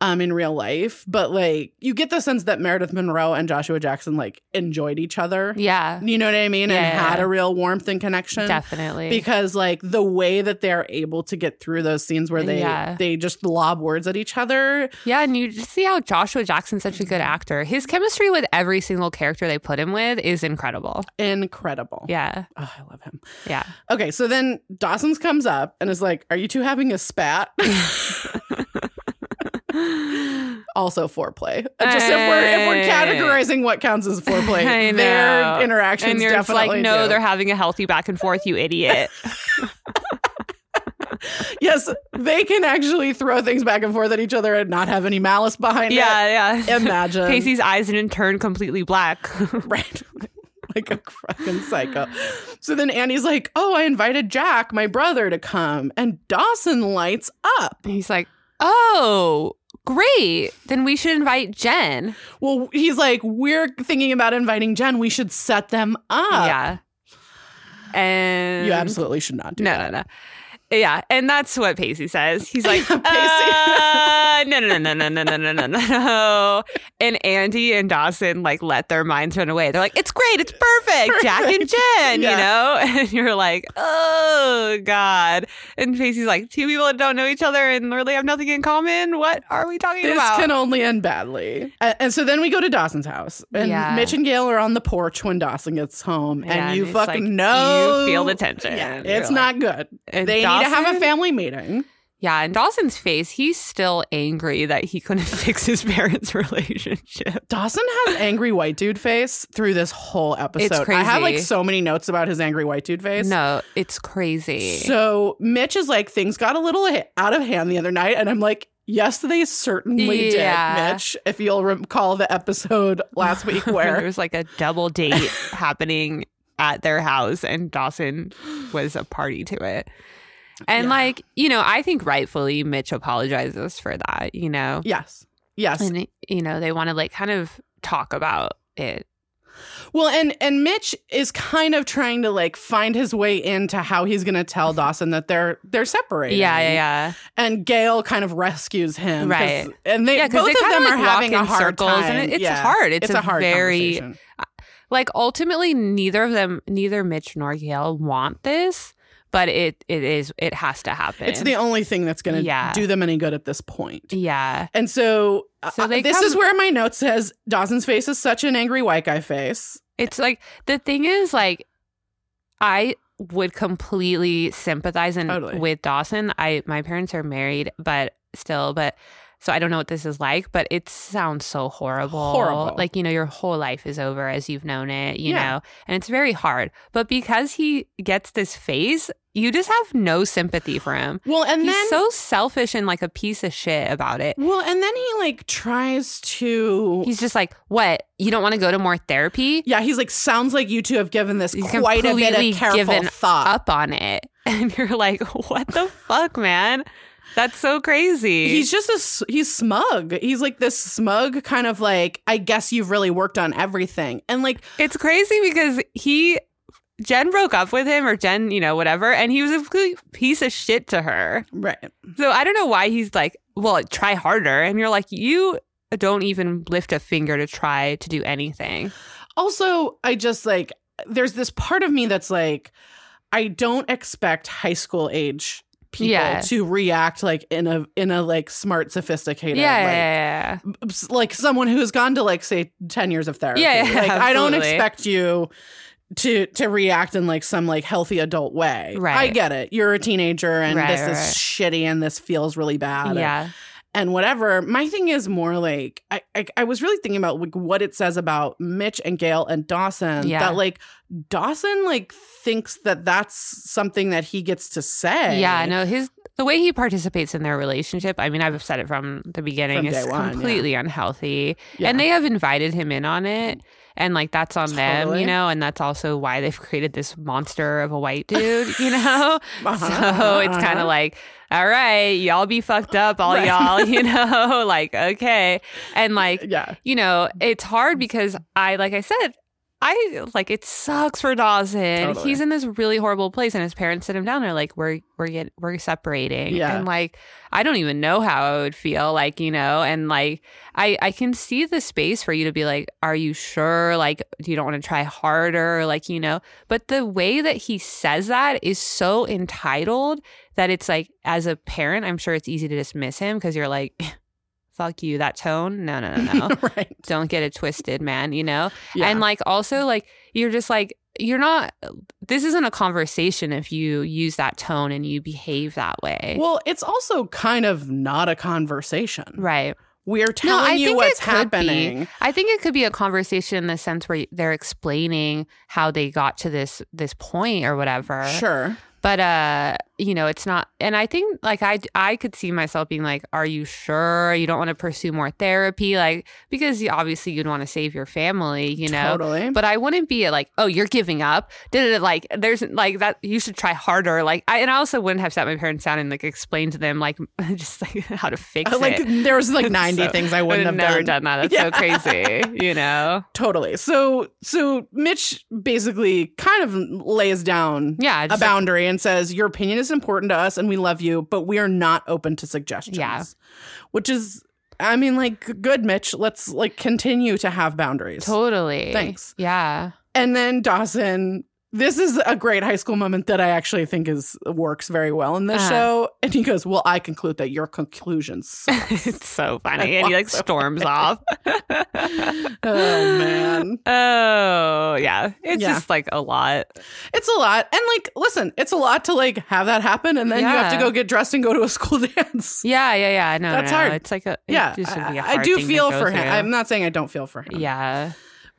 S2: um, in real life. But like, you get the sense that Meredith Monroe and Joshua Jackson like enjoyed each other.
S1: yeah. Yeah.
S2: You know what I mean?
S1: Yeah,
S2: and
S1: yeah,
S2: had
S1: yeah.
S2: a real warmth and connection.
S1: Definitely.
S2: Because like the way that they're able to get through those scenes where they
S1: Uh, Yeah.
S2: they just lob words at each other,
S1: yeah, and you just see how Joshua Jackson's such a good
S2: Mm-hmm.
S1: actor. His chemistry with every single character they put him with is incredible.
S2: incredible.
S1: Yeah.
S2: Oh, I love him.
S1: Yeah.
S2: Okay, so then Dawson's comes up and is like, "Are you two having
S1: [laughs]
S2: a spat?" also foreplay. Just if we're if we're
S1: Hey.
S2: categorizing what counts as
S1: I
S2: foreplay,
S1: know.
S2: their interactions
S1: and you're just
S2: definitely
S1: like, no,
S2: do.
S1: they're having a healthy back and forth, you idiot.
S2: yes, they can actually throw things back and forth at each other and not have any malice behind
S1: yeah,
S2: it.
S1: yeah. [laughs]
S2: Imagine [laughs]
S1: Casey's eyes in turn completely black. [laughs]
S2: right. Like a fucking psycho. So then Annie's like, Oh, I invited Jack, my brother, to come. And Dawson lights up.
S1: And he's like, oh, great. Then we should invite Jen.
S2: Well, he's like, we're thinking about inviting Jen. We should set them up.
S1: yeah. And
S2: You absolutely should not do
S1: no,
S2: that.
S1: no, no. Yeah, and that's what Pacey says. He's like,
S2: [laughs] Pacey.
S1: "Uh, no, no, no, no, no, no, no, no, no, no. And Andy and Dawson like let their minds run away. They're like, it's great, it's perfect, Jack and Jen,
S2: Yeah.
S1: you know. [laughs] And you're like, oh god. And Pacey's like, two people that don't know each other and really have nothing in common. What are we talking
S2: This
S1: about?
S2: can only end badly. And, and so then we go to Dawson's house. And
S1: Yeah.
S2: Mitch and Gail are on the porch when Dawson gets home.
S1: Yeah,
S2: and you
S1: it's
S2: fucking
S1: like,
S2: know.
S1: you feel the tension.
S2: Yeah,
S1: You're
S2: it's
S1: like-
S2: not good.
S1: And
S2: They need to have a
S1: Dawson-
S2: family meeting.
S1: Yeah, and Dawson's face, he's still angry that he couldn't [laughs] fix his parents' [laughs] relationship.
S2: Dawson has angry white dude face through this whole episode. I have like
S1: crazy.
S2: so many notes about his angry white dude face.
S1: No, it's crazy.
S2: So Mitch is like, things got a little h- out of hand the other night, and I'm like, yes, they certainly
S1: Yeah.
S2: did, Mitch. If you'll recall the
S1: [laughs]
S2: episode last week
S1: there
S2: where
S1: was like a double date
S2: [laughs]
S1: happening at their house and Dawson was a party to it. And
S2: Yeah.
S1: like, you know, I think rightfully Mitch apologizes for that, you know.
S2: yes, yes,
S1: And you know, they want to like kind of talk about it.
S2: well, and and Mitch is kind of trying to like find his way into how he's going to tell Dawson that they're they're separated.
S1: Yeah, yeah, yeah.
S2: And Gail kind kind of rescues him, 'cause-
S1: Right.
S2: And they
S1: Yeah, 'cause
S2: both
S1: they
S2: of
S1: kinda,
S2: them
S1: like,
S2: are
S1: walk
S2: having a
S1: in
S2: hard
S1: circles,
S2: time.
S1: and it- it's
S2: Yeah.
S1: hard. It's a
S2: hard
S1: very-
S2: conversation.
S1: like ultimately neither of them neither mitch nor gail want this but it it is it has to happen
S2: It's the only thing that's going to
S1: Yeah.
S2: do them any good at this point.
S1: yeah
S2: And so,
S1: So
S2: uh,
S1: they
S2: this is
S1: come-
S2: where my note says Dawson's face is such an angry white guy face.
S1: it's like the thing is like i would completely sympathize and
S2: Totally.
S1: with dawson i my parents are married but still but so i don't know what this is like but it sounds so horrible
S2: Horrible.
S1: like you know your whole life is over as you've known it you
S2: Yeah.
S1: know and it's very hard but because he gets this phase you just have no sympathy for him
S2: Well, and
S1: he's
S2: then
S1: so selfish and like a piece of shit about it.
S2: well, and then he like tries to.
S1: He's just like, "What? You don't want to go to more therapy?
S2: yeah, he's like sounds like you two have given this
S1: He's
S2: quite a bit
S1: completely
S2: of careful
S1: given
S2: thought.
S1: Up on it." [laughs] And you're like, "What the fuck, man? That's so crazy."
S2: He's just a s- he's smug. He's like this smug kind of like I guess you've really worked on everything. And like
S1: it's crazy because he Jen broke up with him or Jen, you know, whatever, and he was a complete piece of shit to her.
S2: right,
S1: So I don't know why he's like, "Well, try harder." And you're like, "You don't even lift a finger to try to do anything."
S2: Also, I just like there's this part of me that's like I don't expect high school age people
S1: Yeah.
S2: to react like in a in a like smart sophisticated
S1: yeah,
S2: like
S1: yeah, yeah.
S2: s- like someone who's gone to like say 10 years of therapy.
S1: Yeah, yeah,
S2: like I don't
S1: absolutely.
S2: expect you to to react in like some like healthy adult way. I
S1: Right.
S2: get it. You're a teenager and
S1: Right,
S2: this
S1: right,
S2: is
S1: right.
S2: shitty and this feels really bad.
S1: yeah.
S2: and whatever. My thing is more like I, I I was really thinking about like what it says about Mitch and Gail and Dawson
S1: Yeah.
S2: that like Dawson like thinks that that's something that he gets to say.
S1: Yeah, no, his the way he participates in their relationship. I mean, I've said it from the beginning.
S2: From
S1: is
S2: day one, yeah.
S1: completely unhealthy,
S2: Yeah. [laughs]
S1: and they have invited him in on it, and like that's on them,
S2: Totally.
S1: you know, and that's also why they've created this monster of a white dude, you
S2: [laughs]
S1: know.
S2: Uh-huh,
S1: So it's kind of like, all right, y'all be fucked up, all
S2: Right. [laughs]
S1: y'all, you know, [laughs] like okay, and like
S2: yeah. [laughs]
S1: you know,
S2: Mm-hmm.
S1: it's hard because I, like I said, I like it sucks for Dawson.
S2: Totally.
S1: He's in this really horrible place, and his parents sit him down. They're like, "We're we're get, we're separating,"
S2: Yeah.
S1: and like I don't even know how I would feel, like you know, and like I I can see the space for you to be like, "Are you sure?" Like you don't want to try harder, like you know. But the way that he says that is so entitled that it's like, as a parent, I'm sure it's easy to dismiss him because you're like, [laughs] "Fuck you," that tone. No, no, no, no
S2: right.
S1: don't get it twisted man you know
S2: Yeah.
S1: and like also like you're just like you're not this isn't a conversation if you use that tone and you behave that way
S2: well, it's also kind of not a conversation.
S1: right
S2: We're telling
S1: I
S2: you
S1: think
S2: what's
S1: it could be.
S2: happening.
S1: i think it could be a conversation in the sense where they're explaining how they got to this this point or whatever
S2: Sure.
S1: but uh you know it's not and i think like i i could see myself being like are you sure you don't want to pursue more therapy like because you- obviously you'd want to save your family you know
S2: totally.
S1: but I wouldn't be like, oh, you're giving up. Da-da-da, Like, there's like that. You should try harder. Like, I and I also wouldn't have sat my parents down and like explained to them like [laughs] just like how to fix
S2: Uh, [laughs]
S1: [laughs]
S2: like
S1: it.
S2: there was like 90
S1: So,
S2: things I
S1: I would
S2: wouldn't
S1: have
S2: have
S1: never done,
S2: done.
S1: that. That's so
S2: [laughs]
S1: crazy, you know?
S2: Totally. So so Mitch basically kind of lays down
S1: Yeah,
S2: a
S1: just like-
S2: boundary and says your opinion is important to us and we love you, but we are not open to suggestions.
S1: Yeah.
S2: Which is I mean like g- good Mitch, let's like continue to have boundaries.
S1: totally.
S2: Thanks. [laughs]
S1: Yeah,
S2: And then Dawson this is a great high school moment that I actually think is works very well in this
S1: Uh-huh.
S2: show. And he goes, "Well, I conclude that your
S1: [laughs]
S2: conclusions." suck."
S1: it's so funny,
S2: I
S1: and he like
S2: walked away.
S1: storms off. [laughs]
S2: oh man.
S1: Oh yeah, it's
S2: Yeah.
S1: just like a lot.
S2: It's a lot. And like, listen, it's a lot to like have that happen and then you have to
S1: Yeah.
S2: go get dressed and go to a school [laughs] dance.
S1: Yeah, yeah, yeah. No,
S2: That's
S1: no,
S2: hard.
S1: It's like a it
S2: Yeah.
S1: just would be a
S2: I- I
S1: hard
S2: do
S1: thing to
S2: feel
S1: go
S2: for him.
S1: through.
S2: I'm not saying I don't feel for him.
S1: yeah.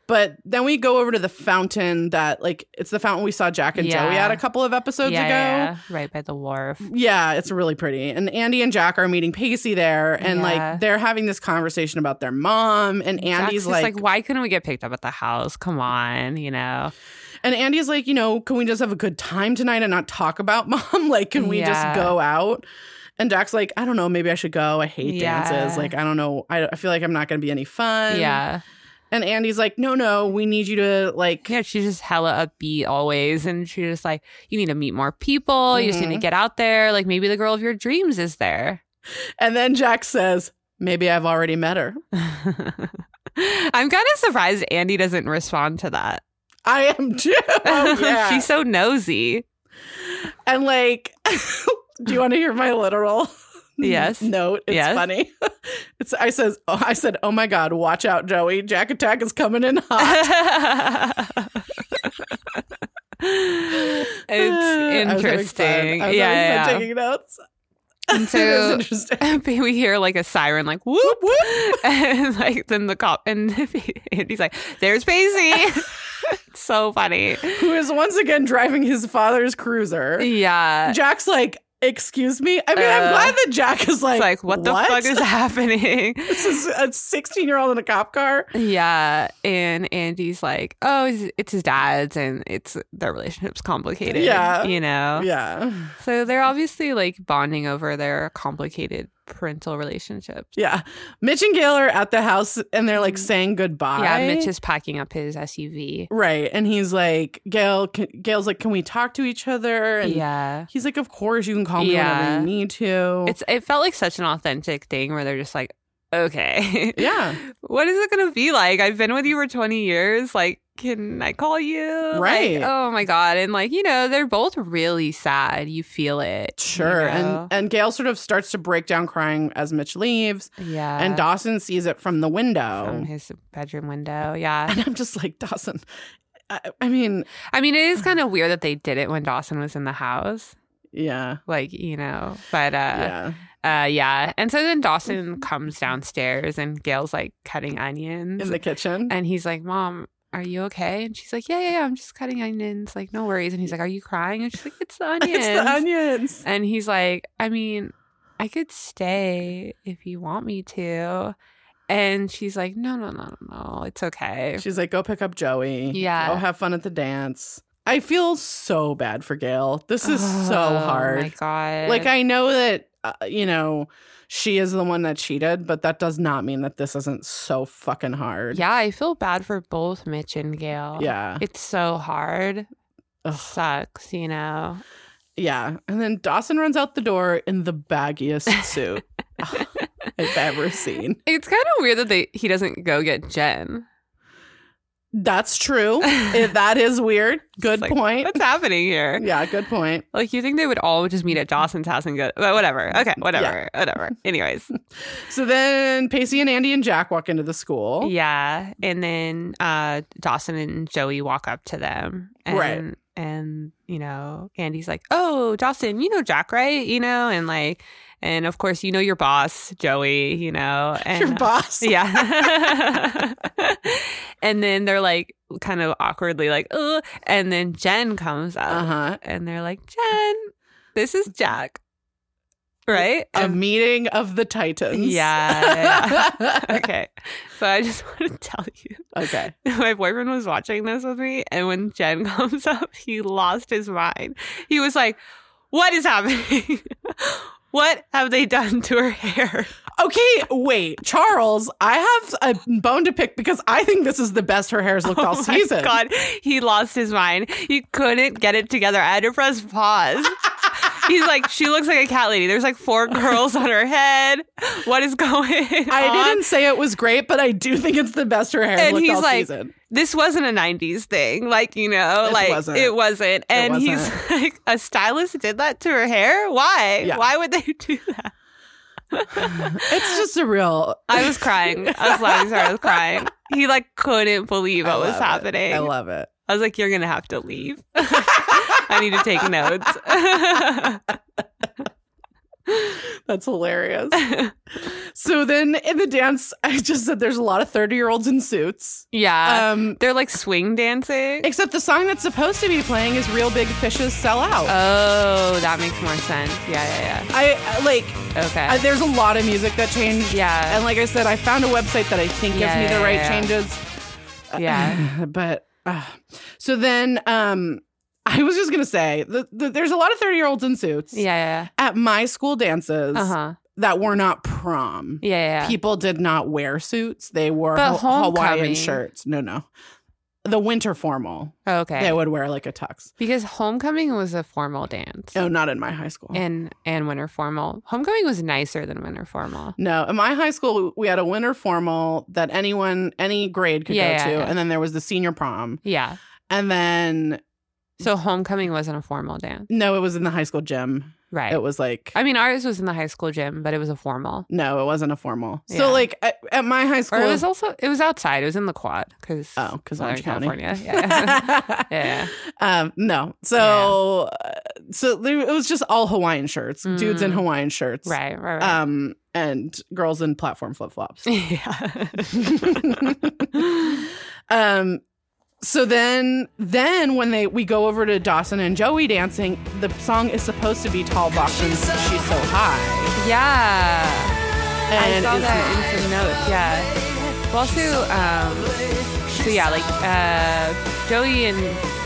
S2: But then we go over to the fountain that like it's the fountain we saw Jack and
S1: Yeah.
S2: Joey at a couple of episodes
S1: yeah,
S2: ago.
S1: yeah, yeah. right by the wharf.
S2: Yeah, it's really pretty. And Andy and Jack are meeting Pacey there and
S1: Yeah.
S2: like they're having this conversation about their mom and Andy's
S1: Jack's just
S2: like
S1: why couldn't we get picked up at the house? Come on, you know.
S2: And Andy's like, you know, can we just have a good time tonight and not talk about [laughs] mom? Like, can we
S1: Yeah.
S2: just go out? And Jack's like, I don't know, maybe I should go. I hate
S1: Yeah.
S2: dances. Like, I don't know. I, I feel like I'm not going to be any fun.
S1: yeah,
S2: And Andy's like, no, no, we need you to, like,
S1: yeah. She's just hella upbeat always, and she's just like, you need to meet more people. You just need to
S2: Mm-hmm.
S1: get out there. Like maybe the girl of your dreams is there. [laughs]
S2: and then Jack says, maybe I've already met her.
S1: I'm kind of surprised Andy doesn't respond to that.
S2: I am [laughs]
S1: [laughs]
S2: too. Oh, yeah.
S1: she's so nosy. [laughs]
S2: and like, [laughs] do you want to hear my literal? [laughs]
S1: Yes.
S2: Note. It's
S1: Yes.
S2: funny. [laughs] It's I says oh, I said, Oh my god, watch out, Joey. Jack attack is coming in hot. [laughs] I
S1: it's
S2: was having fun.
S1: interesting.
S2: [laughs]
S1: Yeah,
S2: I was having
S1: yeah.
S2: fun taking notes.
S1: And
S2: it is
S1: so-
S2: interesting.
S1: [laughs] we hear like a siren, like whoop whoop, [laughs] and like then the cop and [laughs] Andy's like, "There's Pacey." [laughs] it's so funny.
S2: Who is once again driving his father's cruiser?
S1: Yeah,
S2: Jack's like, "Excuse me." I mean, I'm
S1: Uh,
S2: glad that Jack is like,
S1: it's like what the fuck
S2: [laughs]
S1: is [laughs] happening?
S2: this? Is a 16 year old in a cop car?
S1: yeah, and Andy's like, "Oh, it's, it's his dad's, and it's their relationship's complicated."
S2: Yeah.
S1: you know.
S2: Yeah,
S1: So they're obviously like bonding over their complicated parental relationship.
S2: yeah. Mitch and Gail are at the house and they're like saying goodbye.
S1: Mm. Yeah, Mitch is packing up his SUV.
S2: right, and he's like, Gail. Can, Gail's like, "Can we talk to each other?" And
S1: Yeah.
S2: He's like, of course you can call me
S1: Yeah.
S2: whenever you need to.
S1: It's it felt like such an authentic thing where they're just like, okay, [laughs]
S2: yeah,
S1: what is it gonna be like? I've been with you for twenty years. Like, can I call you? Like,
S2: Right.
S1: oh my god. And like, you know, they're both really sad. You feel it. you
S2: sure.
S1: know?
S2: And and Gail sort of starts to break down crying as Mitch leaves.
S1: yeah,
S2: and Dawson sees it from the
S1: from
S2: window.
S1: his bedroom window. Yeah.
S2: And I'm just like, Dawson, I, I mean,
S1: I mean, it is kind of weird that they did it when Dawson was in the house.
S2: yeah.
S1: Like, you know, but uh,
S2: yeah. Mm-hmm.
S1: Uh, yeah. And so then Dawson comes downstairs and Gail's like cutting onions.
S2: in the kitchen.
S1: and he's like, Mom, are you okay? And she's like, Yeah, yeah, yeah. I'm just cutting onions. Like, no worries. And he's like, Are you crying? And she's like, It's the onions.
S2: [laughs] [laughs] It's the onions.
S1: And he's like, I mean, I could stay if you want me to. And she's like, No, no, no, no, no. It's okay.
S2: She's like, go pick up Joey.
S1: Yeah.
S2: Go have fun at the dance. I feel so bad for Gail. This is so
S1: Oh,
S2: hard.
S1: my God.
S2: Like, I know that, uh, you know, she is the one that cheated, but that does not mean that this isn't so fucking hard.
S1: Yeah, I feel bad for both Mitch and Gail.
S2: Yeah.
S1: It's so hard.
S2: Ugh.
S1: Sucks, you know.
S2: Yeah. And then Dawson runs out the door in the baggiest
S1: [laughs]
S2: suit I've ever seen.
S1: It's kind of weird that they he doesn't go get Jen.
S2: That's true. It- that is weird. Good
S1: like, [laughs]
S2: point.
S1: What's happening here?
S2: Yeah, good point.
S1: Like you think they would all just meet at
S2: Mm-hmm.
S1: Dawson's house and go, but whatever. Okay, whatever,
S2: [laughs]
S1: whatever. Anyways,
S2: So then Pacey and Andy and Jack walk into the school.
S1: yeah. And then uh, Dawson and Joey walk up to them, and,
S2: Right.
S1: And you know, Andy's like, "Oh, Dawson, you know Jack, right? You know, and like, and of course, you know your boss, Joey. You
S2: [laughs]
S1: know, and uh,
S2: Your boss.
S1: Yeah. [laughs] and then they're like kind of awkwardly like, oh and then Jen comes up
S2: Uh huh.
S1: and they're like, Jen, this is Jack. Right?
S2: A
S1: And-
S2: meeting of the Titans.
S1: Um,
S2: [laughs]
S1: yeah. [laughs] okay. So I just [laughs] want to tell you.
S2: okay.
S1: My boyfriend was watching this with me, and when Jen [laughs] comes up, he lost his mind. He was like, What is happening? [laughs] what have they done to her hair?
S2: Okay, wait. Charles, I have a bone to pick because I think this is the best her
S1: [laughs]
S2: hair's looked all
S1: Oh my
S2: season.
S1: God, he lost his mind. He couldn't get it together. I had to press [laughs] pause. He's like, she looks like a cat lady. There's like four curls on her head. What is going?
S2: I
S1: on?
S2: didn't say it was great, but I do think it's the best her hair
S1: And
S2: looked
S1: he's
S2: all
S1: like,
S2: season.
S1: This wasn't a '90s thing, like you know,
S2: It
S1: like
S2: wasn't.
S1: it wasn't. And he's [laughs]
S2: wasn't.
S1: like, a stylist did that to her hair. Why?
S2: Yeah.
S1: Why would they do that?
S2: It's just a real.
S1: I was crying. I was laughing. Sorry, I was crying. He like couldn't believe
S2: I
S1: what was
S2: love it.
S1: happening.
S2: I love it.
S1: I was like, you're gonna have to [laughs] leave. I need to take [laughs] notes.
S2: That's hilarious. [laughs] so then in the dance, [laughs] I just said there's a lot of 30 year olds in suits.
S1: yeah.
S2: Um,
S1: They're like swing dancing.
S2: except the song that's supposed to be playing is Real Big Fishes Sell Out.
S1: oh, that makes more sense. Yeah, yeah,
S2: I I- like,
S1: yeah. Okay.
S2: I, there's a lot of music that changed.
S1: yeah.
S2: And like I said, I found a website that I think gives
S1: Yeah,
S2: me the
S1: yeah,
S2: right
S1: yeah.
S2: changes. [sighs]
S1: yeah.
S2: but uh, so then um, I was just going to say the, the, there's a lot of 30 year olds in suits.
S1: Yeah, yeah.
S2: At my school dances
S1: Uh huh.
S2: that were not prom.
S1: Yeah, yeah. yeah.
S2: people did not wear suits. They wore
S1: But
S2: Ha- Hawaiian
S1: homecoming-
S2: shirts. No, no. The winter formal.
S1: Okay.
S2: They would wear like a tux.
S1: because homecoming was a formal dance.
S2: Oh, No, not in my high school.
S1: And and winter formal. Homecoming was nicer than winter formal.
S2: no, in my high school, we had a winter formal that anyone, any grade could
S1: Yeah,
S2: go
S1: yeah,
S2: to.
S1: yeah.
S2: And then there was the senior prom.
S1: Yeah.
S2: And then,
S1: So homecoming wasn't a formal dance.
S2: no, it was in the high school gym.
S1: Right.
S2: It was like,
S1: I mean, ours was in the high school gym, but it was a formal.
S2: no, it wasn't a formal.
S1: Yeah.
S2: So, like, at, at my high school.
S1: Or it was also it was outside. It was in the quad because
S2: Oh, because Orange County.
S1: California. Yeah. [laughs] [laughs]
S2: [laughs]
S1: Yeah.
S2: Um, no. So, uh, so there, it was just all Hawaiian shirts, dudes in
S1: Mm.
S2: Hawaiian shirts,
S1: right. Right. [laughs] Right.
S2: Um, and girls in platform
S1: [laughs]
S2: flip flops.
S1: yeah.
S2: [laughs] um, so then, then when they we go over to Dawson and Joey dancing, the song is supposed to be Tall Boxing's "She's So High,"
S1: yeah. I
S2: and
S1: saw
S2: it's
S1: that
S2: not.
S1: in some notes. Yeah. Well, also, um, so yeah, like uh, Joey and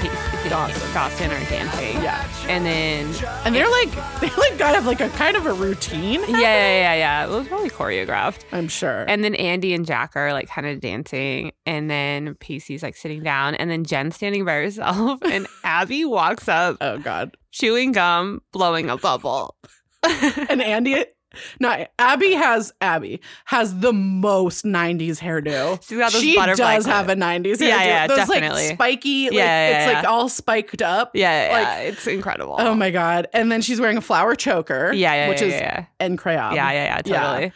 S1: Pace- Dawson, Dawson are dancing.
S2: Yeah.
S1: And then
S2: and they're like [laughs] they like kind of like a kind of a routine.
S1: yeah, yeah, yeah, yeah. It was probably choreographed.
S2: I'm sure.
S1: And then Andy and Jack are like kind of dancing, and then Pacey's like sitting down, and then Jen's standing by herself, [laughs] and Abby walks up,
S2: oh God,
S1: chewing gum, blowing a bubble.
S2: and Andy. No, Abby has Abby has the most '90s hairdo.
S1: She's got those
S2: she
S1: butterfly
S2: does
S1: clips.
S2: have a '90s hairdo.
S1: Yeah, yeah,
S2: those
S1: definitely.
S2: like spiky. Like,
S1: Yeah, yeah,
S2: it's like
S1: yeah.
S2: all spiked up.
S1: Yeah, yeah,
S2: Like-
S1: yeah, it's incredible.
S2: Oh my god! And then she's wearing a flower choker.
S1: Yeah, yeah,
S2: which
S1: yeah,
S2: is
S1: yeah,
S2: and
S1: yeah,
S2: crayon.
S1: yeah, yeah, yeah,
S2: yeah.
S1: totally.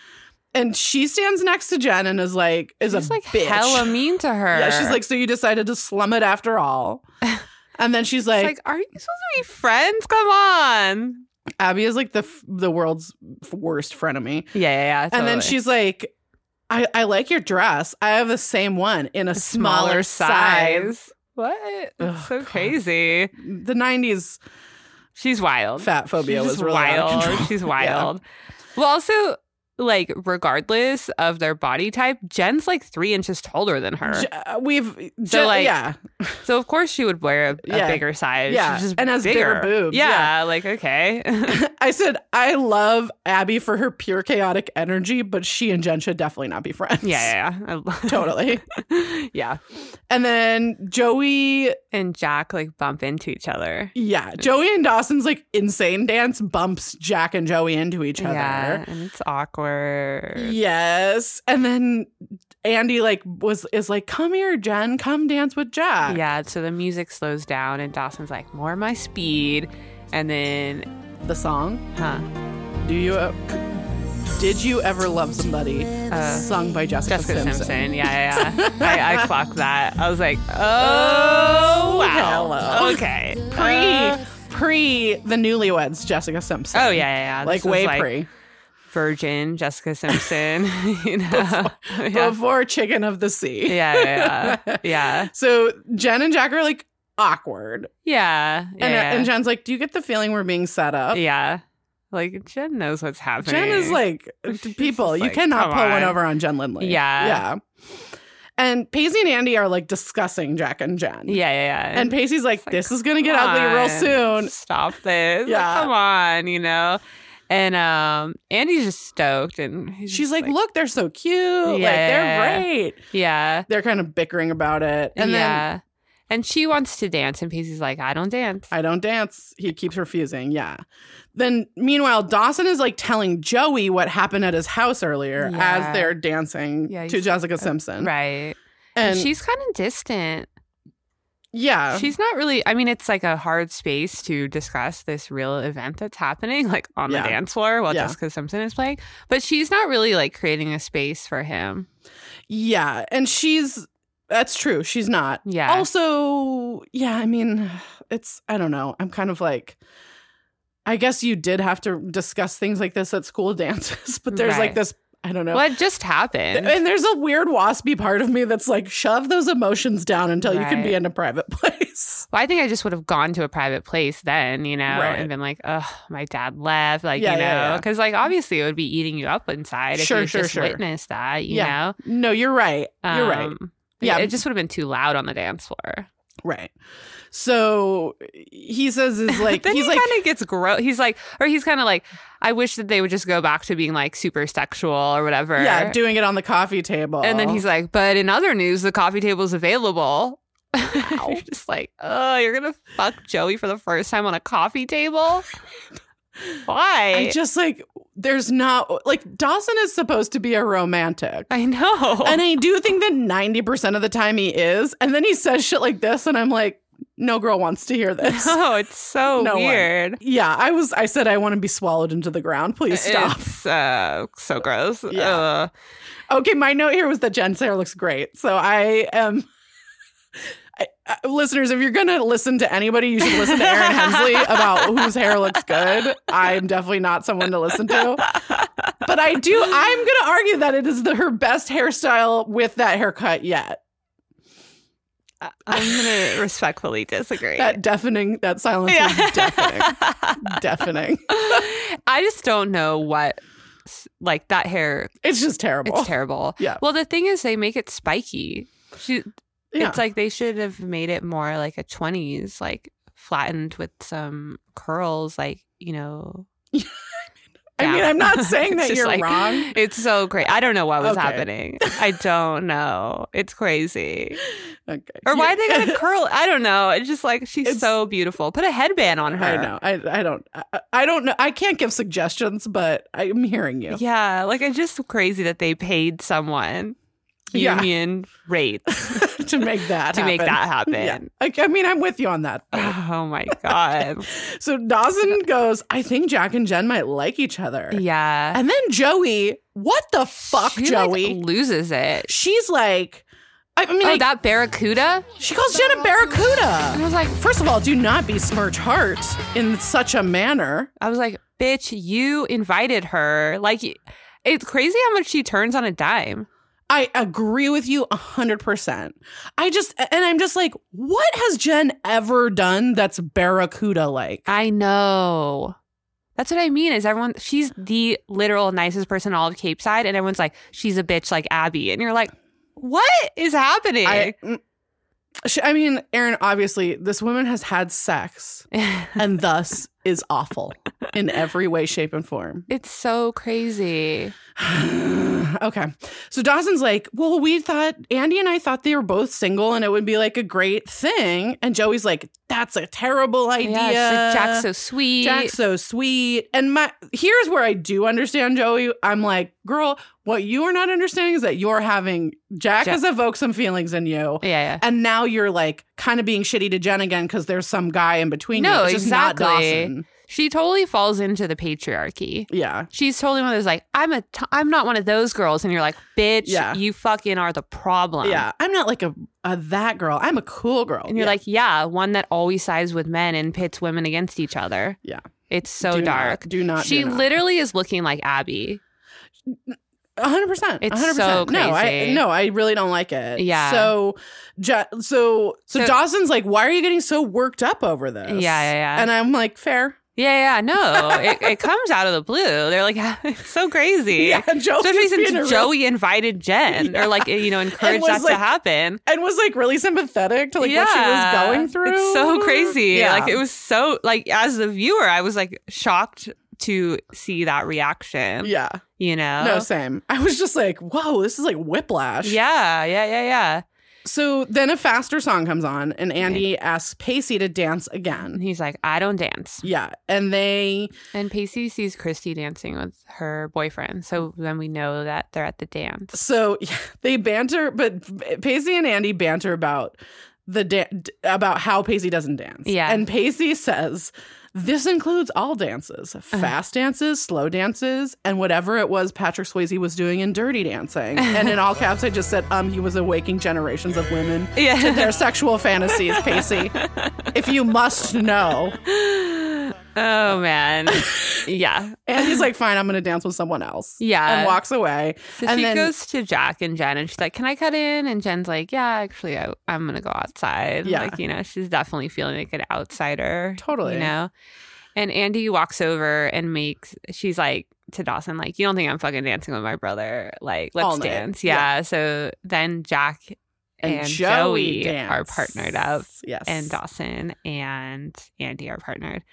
S2: And she stands next to Jen and is like, is
S1: She's
S2: a
S1: like
S2: bitch. [laughs]
S1: hella mean to her.
S2: Yeah, she's like, so you decided to slum
S1: [laughs]
S2: it after all. And then she's like,
S1: It's like, are you supposed to be friends? Come on.
S2: Abby is like the f- the world's f- worst frenemy.
S1: Yeah, yeah, yeah.
S2: And then
S1: totally.
S2: she's like, I, I like your dress. I have the same one in a,
S1: A
S2: smaller, size.
S1: What? That's
S2: Ugh,
S1: so
S2: God.
S1: crazy.
S2: The 90s
S1: She's wild.
S2: fat phobia
S1: She's
S2: was
S1: just
S2: really
S1: wild.
S2: Out of
S1: [laughs]
S2: control.
S1: She's
S2: [laughs] Yeah.
S1: wild. Well, also like regardless of their body type, Jen's like three inches taller than her,
S2: J- uh, We've,
S1: So,
S2: j-
S1: like,
S2: yeah, [laughs]
S1: so of course she would wear a, a
S2: Yeah.
S1: bigger size.
S2: Yeah.
S1: She's just
S2: And has bigger boobs.
S1: Yeah, like okay. [laughs]
S2: I said I love Abby for her pure chaotic energy, but she and Jen should definitely not be friends.
S1: yeah, yeah, yeah. I-
S2: [laughs] totally.
S1: [laughs]
S2: [laughs]
S1: yeah,
S2: And then Joey,
S1: and Jack like bump into each other.
S2: yeah, Joey and Dawson's like insane dance bumps Jack and Joey into each other.
S1: Yeah, and it's awkward.
S2: Yes. And then Andy like was is like, come here, Jen, come dance with Jack.
S1: Yeah, so the music slows down, and Dawson's like, "More my speed," and then,
S2: The song.
S1: huh?
S2: Do you uh, did you ever love somebody?
S1: Uh,
S2: sung by Jessica,
S1: Jessica
S2: Simpson.
S1: Simpson. Yeah,
S2: [laughs]
S1: yeah. yeah. I, I clocked that. I was like, oh,
S2: Oh,
S1: wow.
S2: hello.
S1: Okay.
S2: Pre
S1: Uh,
S2: pre the newlyweds Jessica Simpson.
S1: oh yeah, yeah. yeah.
S2: Like
S1: This was,
S2: way pre.
S1: Virgin Jessica Simpson. [laughs]
S2: [laughs]
S1: you know. [laughs] yeah.
S2: Before Chicken of the Sea.
S1: yeah, yeah, yeah,
S2: [laughs]
S1: yeah,
S2: So Jen and Jack are like awkward.
S1: yeah, yeah,
S2: And, uh,
S1: yeah.
S2: and Jen's like, Do you get the feeling we're being set up?
S1: Yeah. Like Jen knows what's happening.
S2: Jen is like,
S1: [laughs] She's
S2: people,
S1: just
S2: you
S1: like,
S2: cannot
S1: come
S2: pull
S1: on.
S2: one over on Jen Lindley.
S1: Yeah.
S2: Yeah. And Paisley and Andy are like discussing Jack and Jen.
S1: yeah, yeah, yeah.
S2: And Paisley's like,
S1: It's like,
S2: this is going to get
S1: come
S2: ugly real
S1: on.
S2: soon.
S1: Stop this. Like,
S2: Yeah.
S1: come on, you know. And um, Andy's just stoked, and he's
S2: She's
S1: just
S2: like, look, they're so cute. Like,
S1: Yeah.
S2: they're great.
S1: yeah,
S2: They're kind of bickering about it. And then
S1: yeah. and she wants to dance, and Paisley's like, I don't dance.
S2: I don't dance. He keeps refusing. Yeah. Then, meanwhile, Dawson is like telling Joey what happened at his house earlier
S1: Yeah.
S2: as they're dancing
S1: Yeah,
S2: to
S1: he's-
S2: Jessica Simpson.
S1: right.
S2: And
S1: she's kind of distant.
S2: yeah.
S1: She's not really, I mean, it's like a hard space to discuss this real event that's happening, like on
S2: Yeah.
S1: the dance floor while
S2: Yeah.
S1: Jessica Simpson is playing. But she's not really like creating a space for him.
S2: Yeah, and she's that's true. She's not.
S1: Yeah.
S2: Also, yeah, I mean, it's I don't know. I'm kind of like I guess you did have to discuss things like this at school [laughs] dances, but there's like
S1: Right.
S2: this I don't know.
S1: What just
S2: [laughs]
S1: happened?
S2: And there's a weird waspy part of me that's like shove those emotions down until you can be
S1: Right.
S2: in a private [laughs] place.
S1: Well, I think I just would have gone to a private place then, you know,
S2: Right.
S1: and been like, "Ugh, my dad left," like
S2: Yeah,
S1: you
S2: yeah,
S1: know,
S2: yeah.
S1: because like obviously it would be eating you up inside if
S2: Sure,
S1: you
S2: sure,
S1: just
S2: sure.
S1: witnessed that, you
S2: Yeah. No, you're right.
S1: know.
S2: You're right.
S1: Um,
S2: Yeah.
S1: yeah, it just would have been too loud on the dance floor.
S2: Right. So he says is
S1: [laughs]
S2: like
S1: then
S2: he's
S1: he
S2: like
S1: kind of gets gross. He's like, or he's kind of like, I wish that they would just go back to being like super sexual or whatever.
S2: yeah, doing it on the coffee table.
S1: and then he's like, but in other news, the coffee table is available. [laughs] you're just like, oh, you're gonna fuck Joey for the first time on a coffee
S2: [laughs]
S1: table. Why?
S2: I just like there's not like Dawson is supposed to be a romantic.
S1: I know. [laughs]
S2: And I do think that 90% of the time he is. And then he says shit like this and I'm like no girl wants to hear
S1: [laughs]
S2: this.
S1: oh, it's so
S2: No one.
S1: weird.
S2: yeah, I was I said I want to be swallowed into the ground. Please stop.
S1: It's uh, so gross.
S2: Yeah.
S1: Uh,
S2: okay, my note here was that Jen Sarah looks great. So I am [laughs] I, uh, listeners, if you're going to listen to anybody, you should listen to Aaron Hensley about whose hair looks good. I'm definitely not someone to listen to. But I do, I'm going to argue that it is the, her best hairstyle with that haircut yet.
S1: I- I'm gonna [laughs] respectfully disagree.
S2: That deafening, that silence
S1: Yeah.
S2: is deafening. deafening.
S1: [laughs] I just don't know what, like that hair.
S2: It's just terrible.
S1: It's terrible.
S2: Yeah.
S1: Well, the thing is, they make it spiky. She,
S2: Yeah.
S1: It's like they should have made it more like a twenties, like flattened with some curls, like you know.
S2: [laughs] I mean,
S1: down. [laughs]
S2: I'm not saying
S1: It's
S2: that
S1: just
S2: you're
S1: like-
S2: wrong.
S1: [laughs] It's so great. I don't know what was
S2: Okay.
S1: happening. I don't know. It's crazy.
S2: Okay.
S1: Or why
S2: You-
S1: they got
S2: [laughs]
S1: a curl? I don't know. It's just like she's
S2: It's-
S1: so beautiful. Put a headband on her.
S2: I know. I, I don't. I, I don't know. I can't give suggestions, but I'm hearing you.
S1: Yeah, like it's just crazy that they paid someone
S2: Yeah.
S1: union rates
S2: [laughs] to make that
S1: [laughs] to make
S2: happen.
S1: that
S2: [laughs]
S1: happen.
S2: Yeah. Like, I mean, I'm with you on
S1: [sighs]
S2: that.
S1: Oh my god.
S2: [laughs] So Dawson goes, I think Jack and Jen might like each other.
S1: yeah.
S2: And then Joey, what the fuck,
S1: She, like,
S2: Joey?
S1: loses it.
S2: She's like, I, I mean,
S1: Oh,
S2: like,
S1: that barracuda?
S2: she calls Jen a barracuda.
S1: I was like,
S2: First of all, do not besmirch Hart in such a manner.
S1: I was like, bitch, you invited her. Like, it's crazy how much she turns on a dime.
S2: I agree with you 100%. I just, and I'm just like, what has Jen ever done that's barracuda like?
S1: I know. That's what I mean. Is everyone? She's the literal nicest person all of Cape Side, and everyone's like, she's a bitch like Abby, and you're like, what is happening?
S2: I, mm, she- I mean, Aaron, obviously, this woman has had sex
S1: [laughs]
S2: and thus is awful in every way, shape, and form.
S1: [laughs]
S2: [sighs]
S1: it's so crazy.
S2: okay. So Dawson's like, well, we thought Andy and I thought they were both single and it would be like a great thing. And Joey's like, that's a terrible idea.
S1: Yeah, she's like, Jack's so sweet.
S2: Jack's so sweet. And my here's where I do understand Joey. I'm like, girl, what you are not understanding is that you're having Jack
S1: Jack-
S2: has evoked some feelings in you.
S1: yeah, yeah.
S2: And now you're like kind of being shitty to Jen again because there's some guy in between you.
S1: No,
S2: It's just not
S1: exactly.
S2: Dawson.
S1: She totally falls into the patriarchy.
S2: Yeah.
S1: She's totally one of those like I'm a t- I'm not one of those girls, and you're like, bitch,
S2: Yeah.
S1: you fucking are the problem.
S2: yeah. I'm not like a, a that girl. I'm a cool girl.
S1: and you're
S2: Yeah.
S1: like, yeah, one that always sides with men and pits women against each other.
S2: Yeah.
S1: it's so
S2: Do not-
S1: dark.
S2: do not.
S1: she
S2: do not.
S1: literally is looking like Abby.
S2: A hundred percent.
S1: It's
S2: a hundred
S1: so
S2: percent. No, I
S1: crazy.
S2: no, I really don't like it.
S1: Yeah.
S2: So, ju- so, so
S1: So-
S2: Dawson's like, why are you getting so worked up over this?
S1: Yeah, yeah, yeah.
S2: And I'm like, fair.
S1: yeah, yeah. No,
S2: [laughs]
S1: it, it comes out of the blue. They're like, [laughs] it's so crazy.
S2: Joey
S1: Especially
S2: was being a real-
S1: since Joey invited Jen
S2: Yeah.
S1: or like you know encouraged
S2: was
S1: that
S2: like-
S1: to happen.
S2: and was like really sympathetic to like what she
S1: Yeah.
S2: was going through.
S1: It's so crazy.
S2: Yeah.
S1: Like it was so like as the viewer, I was like shocked to see that reaction.
S2: yeah.
S1: You know?
S2: No, same. I was just like, whoa, this is like whiplash.
S1: Uh-huh. yeah, yeah, yeah, yeah.
S2: So then a faster song comes on, and Andy asks Pacey to dance
S1: And
S2: again.
S1: he's like, I don't dance.
S2: Yeah, and they
S1: And Pacey sees Christy dancing with her boyfriend. So then we know that they're at the dance.
S2: So [laughs] yeah, they banter, but Pacey and Andy banter about the da- about how Pacey doesn't dance.
S1: Yeah.
S2: and Pacey says this includes all dances,
S1: Uh-huh.
S2: fast dances, slow dances, and whatever it was Patrick Swayze was doing in Dirty Dancing. And in all caps, I just said, um, he was awaking generations of women to
S1: Yeah. [laughs]
S2: their sexual fantasies, Pacey. If you must know.
S1: oh [laughs] man. yeah.
S2: And he's like, fine, I'm going to dance with someone else.
S1: Yeah.
S2: And walks away.
S1: So
S2: and
S1: she
S2: then-
S1: goes to Jack and Jen and she's like, Can I cut in? And Jen's like, Yeah, actually, I, I'm going to go outside.
S2: Yeah.
S1: Like, you know, she's definitely feeling like an outsider.
S2: Totally.
S1: You know? And Andy walks over and makes, she's like to Dawson, like, You don't think I'm fucking dancing with my brother? Like, let's
S2: All night.
S1: dance. Yeah. So then Jack and, Joey, are partnered up
S2: dance. Yes.
S1: and Dawson and Andy are partnered.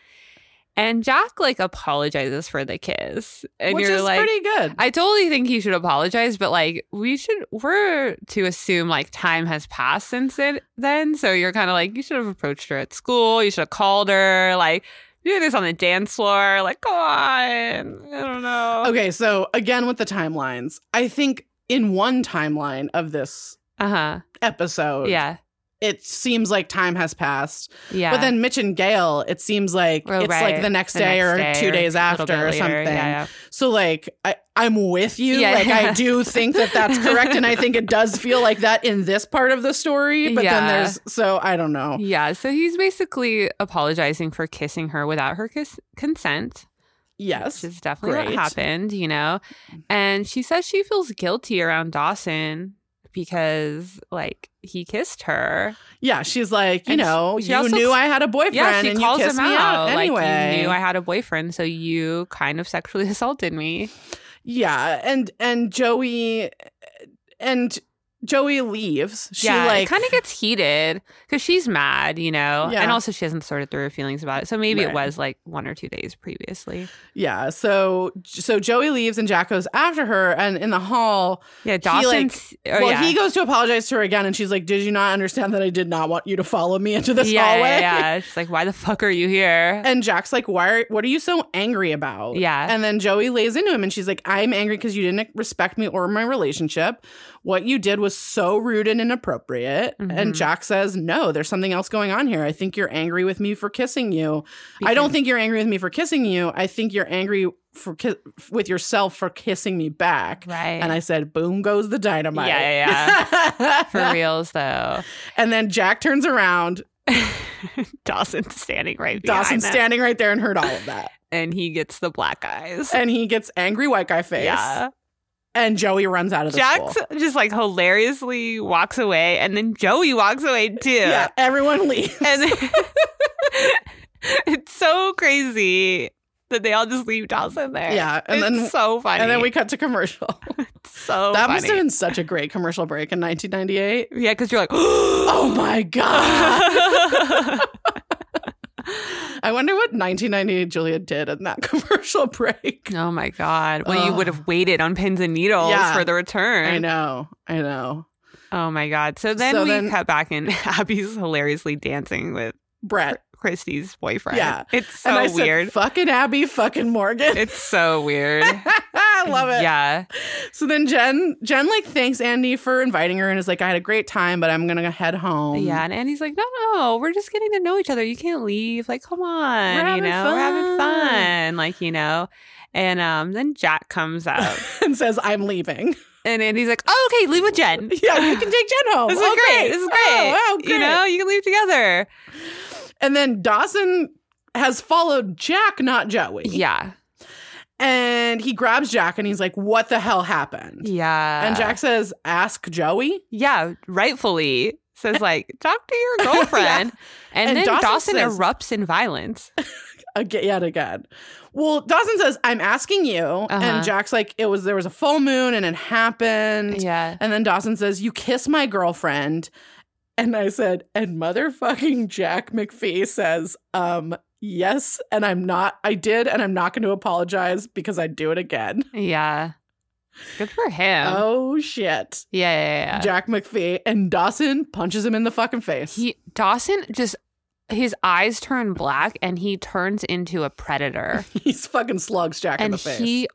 S1: And Jack like apologizes for the kiss. And
S2: Which
S1: you're
S2: is
S1: like,
S2: pretty good.
S1: I totally think he should apologize, but like we should we're to assume like time has passed since it then. So you're kind of like you should have approached her at school, you should have called her, like do this on the dance floor, like come on. I don't know.
S2: Okay, so again with the timelines, I think in one timeline of this
S1: Uh-huh.
S2: episode,
S1: Yeah.
S2: it seems like time has passed.
S1: Yeah.
S2: But then Mitch and Gail, it seems like
S1: Oh,
S2: it's like
S1: right.
S2: the next
S1: The
S2: day
S1: next
S2: or
S1: day
S2: two
S1: or
S2: days
S1: a little
S2: after
S1: bit
S2: or
S1: later.
S2: something.
S1: Yeah,
S2: So like I, I'm with you.
S1: Yeah.
S2: Like I do think
S1: [laughs]
S2: that that's correct, and I think it does feel like that in this part of the story. But then
S1: Yeah.
S2: there's so I don't
S1: yeah.
S2: [laughs] know.
S1: Yeah. So he's basically apologizing for kissing her without her kiss- consent.
S2: Yes,
S1: Which is definitely
S2: Great. Mm-hmm.
S1: what happened, you know? And she says she feels guilty around Dawson because, like, he kissed her.
S2: yeah. She's like, you
S1: And
S2: know,
S1: she
S2: you
S1: also-
S2: knew I had a boyfriend,
S1: yeah, she
S2: and
S1: calls
S2: you kissed
S1: him
S2: me
S1: out.
S2: out, anyway.
S1: Like, you knew I had a boyfriend, so you kind of sexually [laughs] assaulted me.
S2: Yeah, and and Joey and Joey leaves. She
S1: yeah,
S2: like
S1: it kind of gets heated because she's mad, you know?
S2: Yeah.
S1: And also, she hasn't sorted through her feelings about it. So maybe
S2: Right.
S1: it was like one or two days previously.
S2: yeah. So so Joey leaves and Jack goes after her, and in the hall,
S1: Yeah, Dawson.
S2: like- well,
S1: Oh, yeah.
S2: he goes to apologize to her again, and she's like, "Did you not understand that I did not want you to follow me into this
S1: yeah,
S2: hallway?"
S1: yeah, yeah. She's like, why the fuck are you here?
S2: And Jack's like, "Why? Are, what are you so angry about?"
S1: yeah.
S2: And then Joey lays into him, and she's like, "I'm angry because you didn't respect me or my relationship. what you did was so rude and inappropriate.
S1: Mhm.
S2: And Jack says, No, there's something else going on here. I think you're angry with me for kissing you. I don't think you're angry with me for kissing you. I think you're angry for ki- with yourself for kissing me back.
S1: Right.
S2: And I said, Boom goes the dynamite.
S1: Yeah, yeah,
S2: [laughs] yeah.
S1: [laughs] For reals, though. [laughs]
S2: And then Jack turns around.
S1: Dawson standing right
S2: Dawson
S1: behind them,
S2: standing right there and heard all of that.
S1: and he gets the black eyes.
S2: [laughs] and he gets angry white guy face.
S1: Yeah.
S2: And Joey runs out of the
S1: Jack
S2: school.
S1: just like hilariously walks away, and then Joey walks away too.
S2: Yeah, everyone leaves.
S1: [laughs] And [laughs] it's so crazy that they all just leave Dawson there.
S2: Yeah, and
S1: it's
S2: then-
S1: so funny.
S2: And then we cut to commercial.
S1: [laughs] so
S2: that
S1: funny.
S2: must have been such a great commercial break
S1: [gasps]
S2: in 1998.
S1: yeah, because you're like,
S2: [laughs]
S1: [laughs] oh
S2: Oh my god!
S1: [laughs]
S2: I wonder what 1998 Julia did in that [laughs] commercial break.
S1: Oh my God. Well, you
S2: Ugh.
S1: would have waited on pins and needles
S2: Yeah.
S1: for the return.
S2: I know, I know.
S1: Oh my God. So then
S2: So
S1: we
S2: then-
S1: cut back and [laughs] Abby's hilariously dancing with
S2: Brett
S1: Christy's boyfriend.
S2: Yeah.
S1: It's so
S2: and I
S1: weird.
S2: said, "Fucking Abby, fucking Morgan."
S1: it's so weird.
S2: [laughs] I love it.
S1: Yeah.
S2: So then Jen, Jen like thanks Andy for inviting her and is like, "I had a great time, but I'm gonna head home."
S1: Yeah. And Andy's like, no, no, we're just getting to know each other. You can't leave. Like, come on.
S2: We're
S1: you
S2: having
S1: know, we're having
S2: fun.
S1: fun. Like, you know. And um, then Jack comes
S2: [laughs]
S1: up
S2: [laughs] and says, "I'm leaving."
S1: and Andy's like, oh, okay, leave with Jen.
S2: Yeah, [laughs] you can take Jen
S1: [laughs]
S2: home.
S1: This is
S2: Oh,
S1: great. This is great.
S2: Oh, wow,
S1: You
S2: great.
S1: know, you can leave together.
S2: And then Dawson has followed Jack, not Joey.
S1: Yeah.
S2: And he grabs Jack and he's like, What the hell happened?
S1: Yeah.
S2: And Jack says, Ask Joey.
S1: yeah, rightfully says
S2: [laughs]
S1: like, talk to your girlfriend. and,
S2: And
S1: then Dawson,
S2: Dawson says-
S1: erupts in
S2: [laughs]
S1: violence.
S2: Again, yet again. Well, Dawson says, I'm asking you.
S1: Uh-huh.
S2: And Jack's like, It was there was a full moon and it happened.
S1: yeah.
S2: And then Dawson says, You kiss my girlfriend. And I said, and motherfucking Jack McPhee says, um, yes, and I'm not I did, and I'm not gonna apologize because I'd do it again.
S1: Yeah. Good for him.
S2: Oh shit.
S1: Yeah, yeah, yeah.
S2: Jack McPhee, and Dawson punches him in the fucking face.
S1: He Dawson just his eyes turn black and he turns into a
S2: [laughs]
S1: predator.
S2: [laughs] He's fucking slugs Jack in
S1: and
S2: the face.
S1: he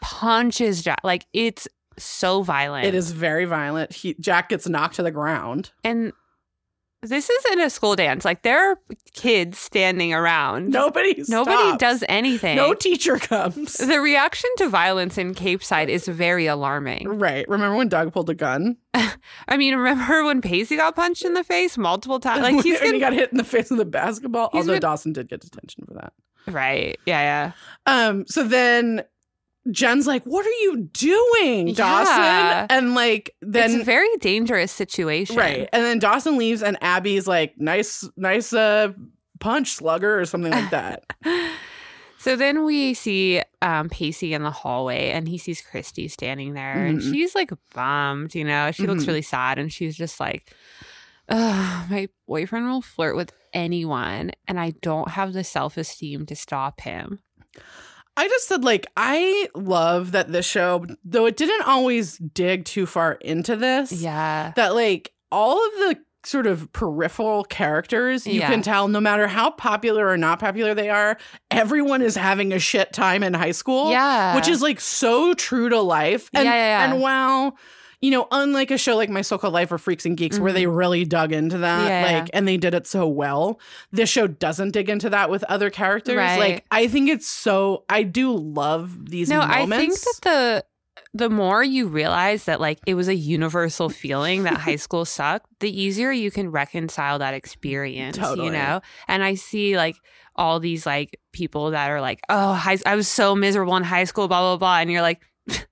S1: punches Jack. Like it's so violent.
S2: it is very violent. He Jack gets knocked to the ground.
S1: And this isn't a school dance. Like there are kids standing around.
S2: Nobody
S1: Nobody
S2: stops.
S1: does anything.
S2: No
S1: [laughs]
S2: teacher comes.
S1: The reaction to violence in Cape Side is very alarming.
S2: Right. Remember when Doug pulled a gun?
S1: I mean, remember [laughs] when Paisley got punched in the face multiple
S2: [laughs]
S1: times? Like he's
S2: and he
S1: been
S2: got hit in the face with a basketball.
S1: He's
S2: Although
S1: been-
S2: Dawson did get detention for that.
S1: right. Yeah,
S2: Um, so then Jen's like, What are you doing,
S1: Yeah.
S2: Dawson? And like
S1: yeah.
S2: then
S1: It's a very dangerous situation.
S2: Right. And then Dawson leaves and Abby's like, nice, nice uh punch slugger or something [laughs] like that.
S1: So then we see um, Pacey in the hallway, and he sees Christy standing there, and
S2: Mhm.
S1: she's like bummed. You know, she looks
S2: Mhm.
S1: really sad, and she's just like, Ugh, "My boyfriend will flirt with anyone, and I don't have the self esteem to stop him."
S2: I just said like I love that this show, though it didn't always dig too far into this.
S1: Yeah,
S2: That like all of the sort of peripheral characters, you
S1: Yeah.
S2: can tell no matter how popular or not popular they are, everyone is having a shit time in high school.
S1: yeah,
S2: Which is like so true to life. And
S1: Yeah, yeah, yeah.
S2: and while you know, unlike a show like My So Called Life or Freaks and Geeks, where
S1: Mhm.
S2: they really dug into that,
S1: Yeah, yeah.
S2: like, and they did it so well, this show doesn't dig into that with other characters.
S1: Right.
S2: Like, I think it's so, I do love these
S1: no.
S2: moments.
S1: I think that the the more you realize that like it was a universal feeling that
S2: [laughs]
S1: high school sucked, the easier you can reconcile that experience.
S2: Totally.
S1: You know, and I see like all these like people that are like, oh, high, I was so miserable in high school, blah blah blah, and you're like, [laughs]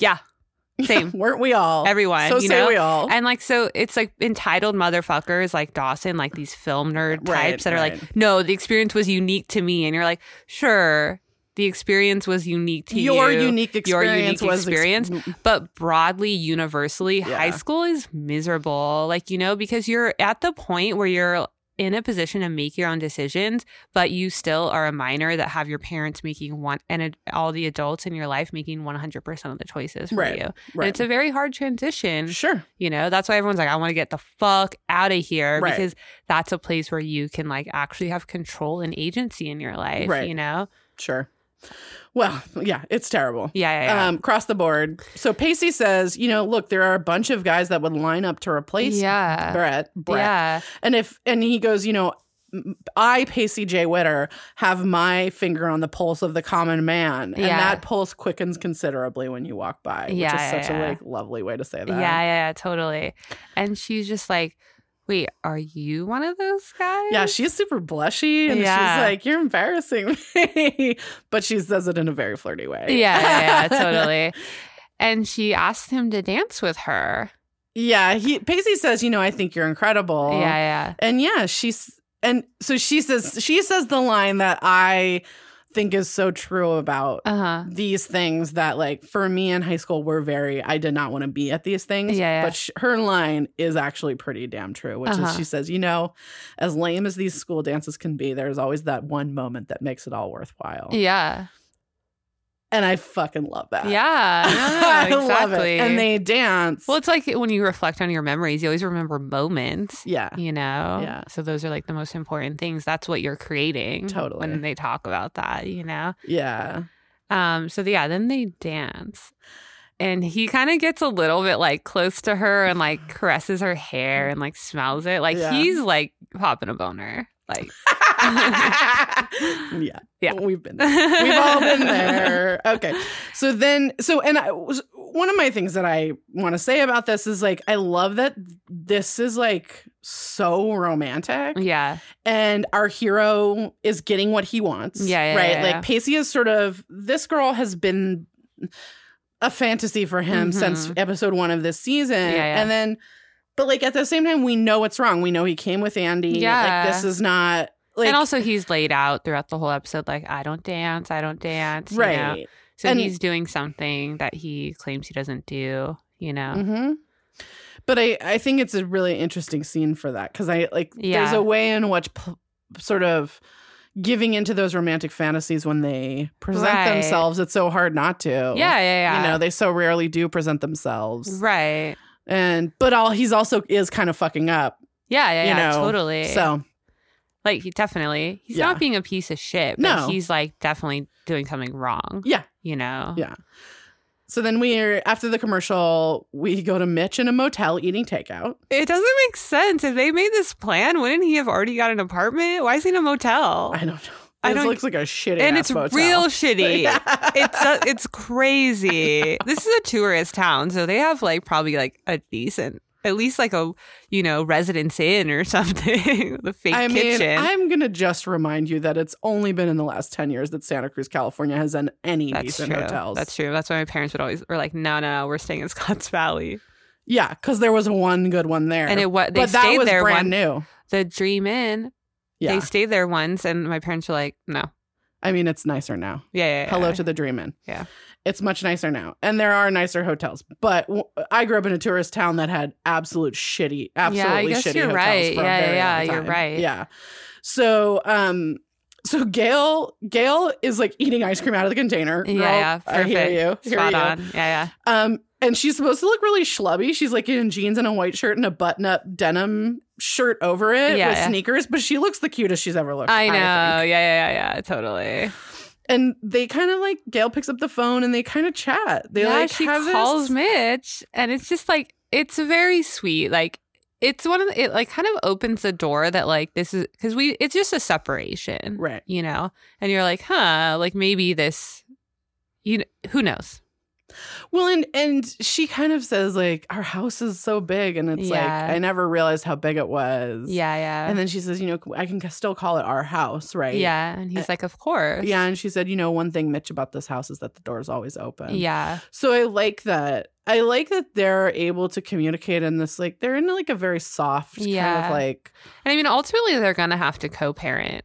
S1: yeah,
S2: [laughs]
S1: same.
S2: Weren't we all?
S1: everyone,
S2: so
S1: you
S2: say
S1: know?
S2: we all.
S1: And like so, it's like entitled motherfuckers like Dawson, like these film nerd types
S2: Right,
S1: that are like,
S2: right.
S1: no, the experience was unique to me, and you're like, sure, the experience was unique to
S2: your
S1: you.
S2: unique
S1: your
S2: experience
S1: unique
S2: was ex- Mm,
S1: experience. but broadly, universally, high
S2: Yeah.
S1: school is miserable. Like you know, because you're at the point where you're in a position to make your own decisions, but you still are a minor that have your parents making one and ad- all the adults in your life making 100% of the choices for
S2: Right,
S1: you. And
S2: right.
S1: it's a very hard transition.
S2: sure.
S1: You know, that's why everyone's like, I want to get the fuck out of here
S2: Right.
S1: because that's a place where you can like actually have control and agency in your life,
S2: Right.
S1: you know?
S2: Sure. Well, yeah, it's terrible.
S1: Yeah, yeah, yeah.
S2: Um, across the board. So Pacey says, you know, look, there are a bunch of guys that would line up to replace
S1: yeah.
S2: Brett. Brett.
S1: Yeah.
S2: And if and he goes, you know, I, Pacey J. Witter, have my finger on the pulse of the common man, and
S1: Yeah.
S2: that pulse quickens considerably when you walk by, which
S1: Yeah,
S2: is
S1: yeah,
S2: such a
S1: yeah.
S2: like lovely way to say that.
S1: Yeah, yeah, yeah, totally. And she's just like, wait, are you one of those guys?
S2: Yeah, she's super blushy, and
S1: Yeah.
S2: she's like, "You're embarrassing me," [laughs] but she says it in a very flirty way.
S1: Yeah, yeah,
S2: [laughs]
S1: yeah, totally. And she asked him to dance with her.
S2: yeah. He Pacey says, "You know, I think you're incredible."
S1: Yeah, yeah.
S2: and yeah, she's and so she says she says the line that I think is so true about
S1: Uh huh.
S2: these things that like for me in high school were very I did not want to be at these things.
S1: Yeah, yeah.
S2: But sh- her line is actually pretty damn true, which is
S1: Uh-huh.
S2: she says, you know, as lame as these school dances can be, there's always that one moment that makes it all worthwhile.
S1: Yeah.
S2: And I fucking love that.
S1: Yeah. No, no, exactly.
S2: [laughs] I love it. And they dance.
S1: well, it's like when you reflect on your memories, you always remember moments.
S2: yeah.
S1: You know?
S2: Yeah.
S1: So those are like the most important things. That's what you're creating.
S2: Totally.
S1: When they talk about that, you know?
S2: Yeah.
S1: Um, so yeah, then they dance. And he kind of gets a little bit like close to her and like caresses her hair and like smells it. Like
S2: Yeah.
S1: he's like popping a boner. Like
S2: yeah.
S1: Yeah.
S2: [laughs] We've been We've
S1: [laughs]
S2: all been there. Okay. So then, so, and I, was- one of my things that I want to say about this is like, I love that this is like so romantic
S1: Yeah.
S2: and our hero is getting what he wants.
S1: Yeah, yeah,
S2: Right.
S1: yeah,
S2: like,
S1: yeah.
S2: Pacey is sort of, this girl has been a fantasy for him since episode one of this season.
S1: Mm-hmm. yeah.
S2: And then, but like, at the same time, we know what's wrong. We know he came with Andy.
S1: Yeah.
S2: Like, this is not. Like,
S1: and also he's laid out throughout the whole episode like I don't dance, I don't dance. you know?
S2: right.
S1: So
S2: And-
S1: he's doing something that he claims he doesn't do, you know.
S2: hmm But I, I think it's a really interesting scene for that because I like there's
S1: Yeah.
S2: a way in which p- sort of giving into those romantic fantasies when they present
S1: Right.
S2: themselves, it's so hard not to.
S1: Yeah, yeah, yeah.
S2: Oh, You know, they so rarely do present themselves.
S1: right.
S2: And but all he's also is kind of fucking up.
S1: Yeah, yeah,
S2: You
S1: yeah,
S2: know,
S1: totally.
S2: So
S1: Like he definitely, he's
S2: Yeah.
S1: not being a piece of shit, but
S2: No.
S1: he's like definitely doing something wrong.
S2: Yeah.
S1: You know?
S2: Yeah. so then we're after the commercial, we go to Mitch in a motel eating takeout.
S1: It doesn't make sense. If they made this plan, wouldn't he have already got an apartment? Why is he in a motel?
S2: I don't know.
S1: I
S2: This
S1: don't-
S2: looks like a shitty
S1: and it's
S2: ass motel.
S1: real shitty.
S2: [laughs] Yeah.
S1: It's uh it's crazy. This is a tourist town, so they have like probably like a decent, at least like a you know residence inn or [laughs] something. the fake
S2: I mean,
S1: kitchen.
S2: I'm going to just remind you that it's only been in the last 10 years that Santa Cruz, California has an any
S1: That's
S2: decent
S1: true.
S2: hotels.
S1: That's true. That's why my parents would always were like, "No, no, we're staying in [laughs] Scotts Valley."
S2: Yeah, because there was one good one there.
S1: And it was they
S2: but that
S1: stayed
S2: was
S1: there
S2: brand
S1: one.
S2: new.
S1: The Dream Inn.
S2: Yeah.
S1: They stayed there once, and my parents were like, "No,
S2: I mean, it's nicer now.
S1: yeah, yeah, yeah.
S2: Hello to the Dream Inn.
S1: Yeah.
S2: It's much nicer now. And there are nicer hotels. But w- I grew up in a tourist town that had absolute shitty, absolutely
S1: guess
S2: shitty
S1: you're
S2: hotels.
S1: right.
S2: for a
S1: Yeah,
S2: very
S1: yeah,
S2: long
S1: yeah, you're
S2: time.
S1: right.
S2: Yeah. So, um, so Gail, Gail is like eating ice cream out of the container.
S1: yeah,
S2: Girl,
S1: yeah,
S2: I
S1: perfect,
S2: hear you. Hear
S1: spot
S2: you.
S1: on, yeah,
S2: Um, and she's supposed to look really schlubby. She's like in jeans and a white shirt and a button-up denim shirt over it
S1: Yeah,
S2: with
S1: yeah.
S2: sneakers, but she looks the cutest she's ever
S1: yeah.
S2: looked.
S1: I know,
S2: think.
S1: yeah, yeah, yeah, yeah, totally.
S2: And they kind of like Gail picks up the phone and they kind of chat. They
S1: yeah,
S2: like
S1: she
S2: have this-
S1: calls Mitch, and it's just like it's very sweet. Like it's one of the, it like kind of opens the door that like this is because we it's just a separation,
S2: Right.
S1: you know, and you're like, huh, like maybe this, you know, who knows?
S2: Well, and and she kind of says like our house is so big, and it's
S1: Yeah.
S2: like I never realized how big it was.
S1: Yeah, yeah,
S2: And then she says, you know, I can still call it our house, right?
S1: yeah, and he's like, of course,
S2: Yeah. And she said, you know, one thing, Mitch, about this house is that the door is always open.
S1: yeah,
S2: So I like that. I like that they're able to communicate in this like they're in like a very soft kind
S1: Yeah.
S2: of like
S1: and I mean, ultimately, they're gonna have to co-parent.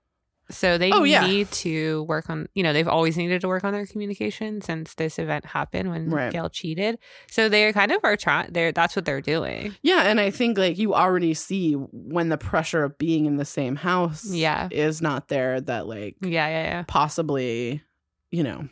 S1: So they
S2: Oh, yeah.
S1: need to work on, you know, they've always needed to work on their communication since this event happened when
S2: Right.
S1: Gail cheated. So they kind of are trying. They're that's what they're doing.
S2: yeah, and I think like you already see when the pressure of being in the same house
S1: Yeah.
S2: is not there that like
S1: Yeah, yeah, yeah.
S2: possibly you know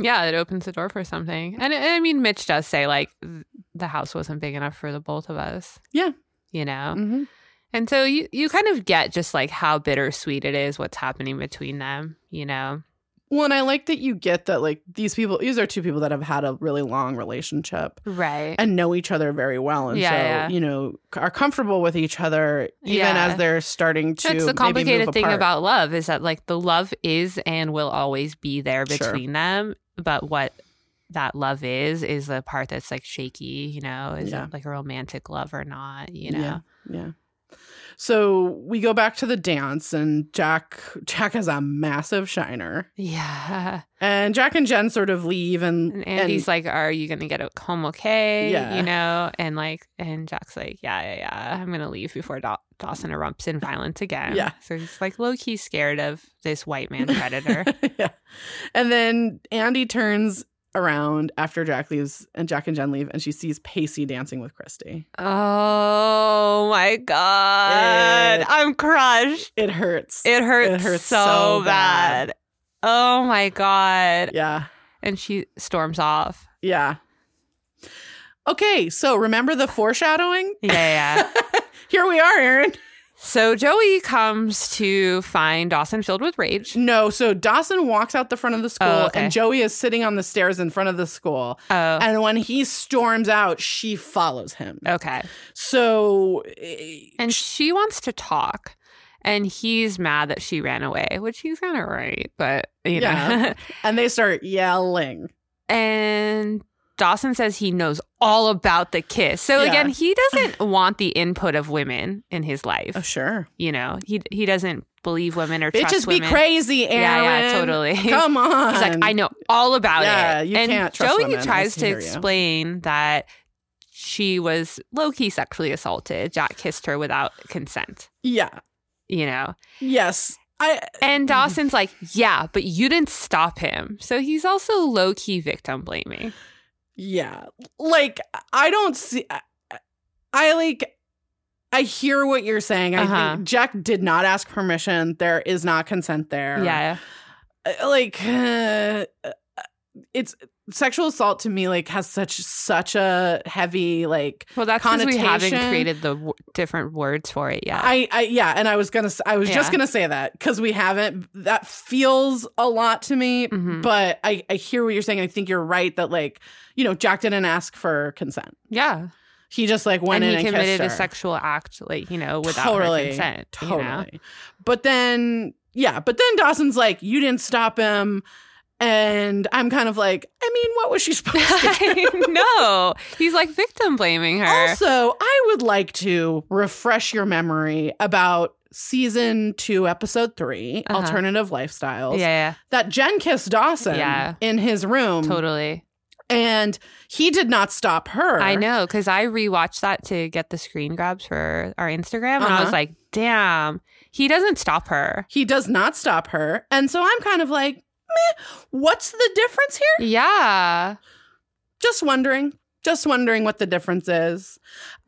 S1: Yeah, it opens the door for something. And I I mean, Mitch does say, like, th- the house wasn't big enough for the both of us.
S2: Yeah.
S1: You know?
S2: mhm.
S1: And so you, you kind of get just like how bittersweet it is, what's happening between them, you know?
S2: Well, and I like that you get that like these people these are two people that have had a really long relationship
S1: Right.
S2: and know each other very well and
S1: Yeah,
S2: so,
S1: yeah.
S2: you know, c- are comfortable with each other even
S1: Yeah.
S2: as they're starting
S1: That's
S2: to
S1: the
S2: maybe move
S1: complicated thing
S2: apart.
S1: about love is that like the love is and will always be there
S2: Sure.
S1: between them, but what that love is is the part that's like shaky, you know, is
S2: Yeah.
S1: it like a romantic love or not, you know.
S2: Yeah. Yeah. So we go back to the dance and Jack [laughs] Jack has a massive shiner.
S1: Yeah.
S2: And Jack and Jen sort of leave Mm, and,
S1: And Andy's like, Are you going to get home okay?
S2: Yeah.
S1: You know? And like, and Jack's like, Yeah, yeah, yeah. I'm going to leave before Daw- Dawson erupts in violence again.
S2: Yeah.
S1: So he's like low key scared of this white man
S2: [laughs]
S1: predator.
S2: [laughs] yeah. And then Andy turns around after Jack leaves and Jack and Jen leave and she sees Pacey dancing with Christy.
S1: oh my God.
S2: It-
S1: I'm crushed.
S2: It hurts.
S1: It hurts,
S2: It hurts
S1: so,
S2: so
S1: bad.
S2: bad.
S1: Oh my God.
S2: yeah.
S1: And she storms off.
S2: Yeah. Okay, so remember the foreshadowing?
S1: Yeah, yeah.
S2: [laughs]
S1: yeah.
S2: Here we are, Aaron.
S1: so Joey comes to find Dawson filled with rage.
S2: No, so Dawson walks out the front of the school
S1: Oh, okay.
S2: and Joey is sitting on the stairs in front of the school.
S1: Oh,
S2: [laughs] And when he storms out, she follows him.
S1: okay.
S2: So eh,
S1: And she wants to talk. And he's mad that she ran away, which he's kind of right, but you know.
S2: Yeah. and they start yelling.
S1: [laughs] and Dawson says he knows all about the kiss. So
S2: Yeah.
S1: again,
S2: [laughs]
S1: he doesn't want the input of women in his life.
S2: sure.
S1: You know, he he doesn't believe women or trust
S2: Oh, Bitches be
S1: women.
S2: crazy, Aaron.
S1: Yeah, yeah, totally. [laughs]
S2: Come on.
S1: He's like, I know all about
S2: Yeah,
S1: it.
S2: you
S1: and
S2: can't trust
S1: Joey
S2: women. I
S1: tries to
S2: hear you.
S1: explain that she was low key sexually assaulted. Jack kissed her without consent.
S2: Yeah.
S1: You know,
S2: Yes. I
S1: and Dawson's like, yeah, but you didn't stop him. So he's also low key victim blaming.
S2: yeah. Like I don't see I, I like I hear what you're saying. I
S1: Uh-huh.
S2: think Jack did not ask permission. There is not consent there.
S1: Yeah,
S2: Uh, Like uh, uh, it's sexual assault to me like has such such a heavy like
S1: well, that's because we haven't
S2: Connotation.
S1: created the w- different words for it yet.
S2: I, I yeah, and I was gonna s- I was
S1: Yeah.
S2: just gonna say that because we haven't. That feels a lot to me,
S1: Mhm.
S2: but I I hear what you're saying. I think you're right that like you know Jack didn't ask for consent.
S1: yeah,
S2: He just like went
S1: and
S2: in
S1: he
S2: and
S1: committed
S2: kissed
S1: a
S2: her.
S1: sexual act, like you know, without
S2: Totally,
S1: her consent. you know?
S2: totally. But then yeah, but then Dawson's like you didn't stop him, and I'm kind of like I mean what was she
S1: [laughs]
S2: supposed to do?
S1: I know. He's like victim blaming her.
S2: Also, I would like to refresh your memory about season two, episode 3
S1: Uh-huh.
S2: alternative lifestyles.
S1: yeah,
S2: that Jen kissed Dawson
S1: Yeah.
S2: in his room.
S1: yeah, totally.
S2: And he did not stop her.
S1: I know because I rewatched that to get the screen grabs for our Instagram, and I was
S2: Uh-huh.
S1: like, "Damn, he doesn't stop her."
S2: He does not stop her. And so I'm kind of like, meh, what's the difference here?
S1: Yeah,
S2: Just wondering. Just wondering what the difference is.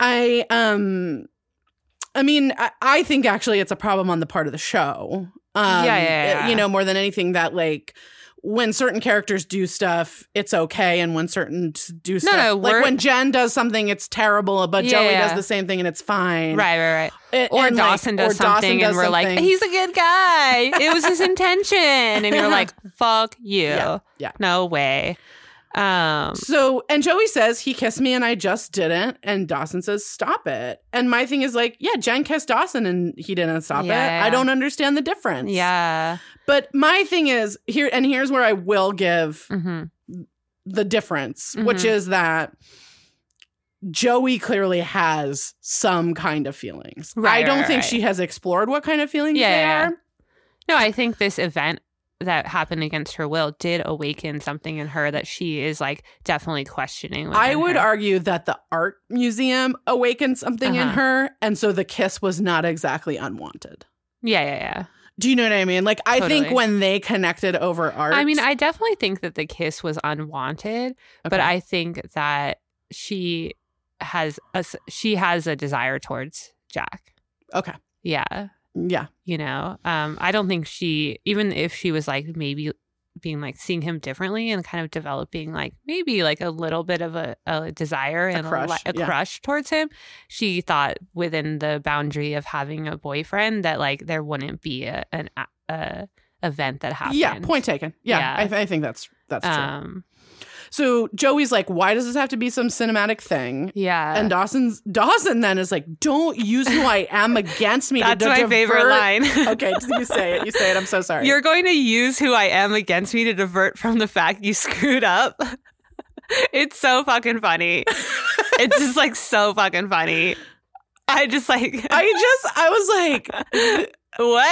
S2: I um I mean, I, I think actually it's a problem on the part of the show. Um,
S1: Yeah, yeah, yeah.
S2: You know, more than anything that like when certain characters do stuff, it's okay, and when certain s- do stuff,
S1: no,
S2: like
S1: we're-
S2: when Jen does something, it's terrible, but Joey
S1: Yeah.
S2: does the same thing and it's fine.
S1: right, right, right.
S2: A-
S1: Or
S2: and, like,
S1: Dawson does
S2: or Dawson
S1: something,
S2: does
S1: and we're like,
S2: something.
S1: "He's a good guy. It was
S2: [laughs]
S1: his intention," and you're like, "Fuck you,
S2: Yeah, yeah.
S1: no way." Um,
S2: so and Joey says he kissed me and I just didn't, and Dawson says stop it. And my thing is like, yeah, Jen kissed Dawson and he didn't stop
S1: Yeah,
S2: it.
S1: yeah.
S2: I don't understand the difference.
S1: yeah,
S2: but my thing is here, and here's where I will give
S1: hmm
S2: the difference,
S1: Mhm.
S2: which is that Joey clearly has some kind of feelings.
S1: Right,
S2: I don't
S1: right,
S2: think
S1: right.
S2: she has explored what kind of feelings
S1: Yeah,
S2: they
S1: yeah.
S2: are.
S1: No, I think this event that happened against her will did awaken something in her that she is like definitely questioning.
S2: I
S1: within
S2: would
S1: her.
S2: argue that the art museum awakened something in
S1: Uh-huh.
S2: her, and so the kiss was not exactly unwanted.
S1: Yeah, yeah, yeah.
S2: Do you know what I mean? Like, I think
S1: Totally.
S2: when they connected over art,
S1: I mean, I definitely think that the kiss was unwanted, but
S2: Okay.
S1: I think that she has a s- she has a desire towards Jack.
S2: okay,
S1: Yeah,
S2: yeah,
S1: you know. Um, I don't think she, even if she was like maybe being like seeing him differently and kind of developing like maybe like a little bit of a, a desire and a,
S2: crush,
S1: li- a
S2: yeah.
S1: crush towards him, she thought within the boundary of having a boyfriend that like there wouldn't be a an a, a, event that happened.
S2: Yeah, point taken. Yeah,
S1: Yeah.
S2: I, th- I think that's that's true.
S1: Um,
S2: So Joey's like, "Why does this have to be some cinematic thing?"
S1: yeah.
S2: And uh, Dawson's Dawson then is like, "Don't use who I am against me." to
S1: that's
S2: di-
S1: my favorite
S2: divert-"
S1: line. [laughs]
S2: okay, you say it. You say it. I'm so sorry.
S1: You're going to use who I am against me to divert from the fact you [laughs] screwed up. it's so fucking
S2: [laughs]
S1: funny. it's just like so fucking funny. I just like [laughs]
S2: I just I was like,
S1: what?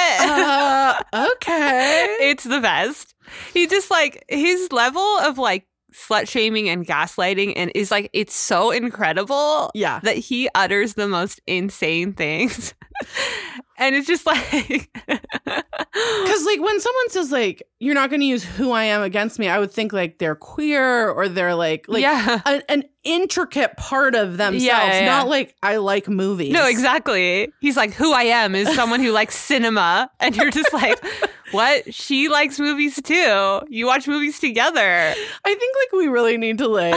S2: uh, okay.
S1: [laughs] it's the best. He just like his level of like slut shaming and gaslighting and is like it's so incredible [laughs]
S2: Yeah.
S1: that he utters the most insane things. [laughs] and it's just like
S2: Because like when someone says like you're not going to use who I am against me, I would think like they're queer or they're like like
S1: yeah.
S2: an, an intricate part of themselves,
S1: yeah, yeah.
S2: not like I like movies.
S1: No, exactly. He's like, who I am is someone who likes cinema. And you're just like, what? She likes movies too. You watch movies together. [laughs]
S2: I think like we really need to like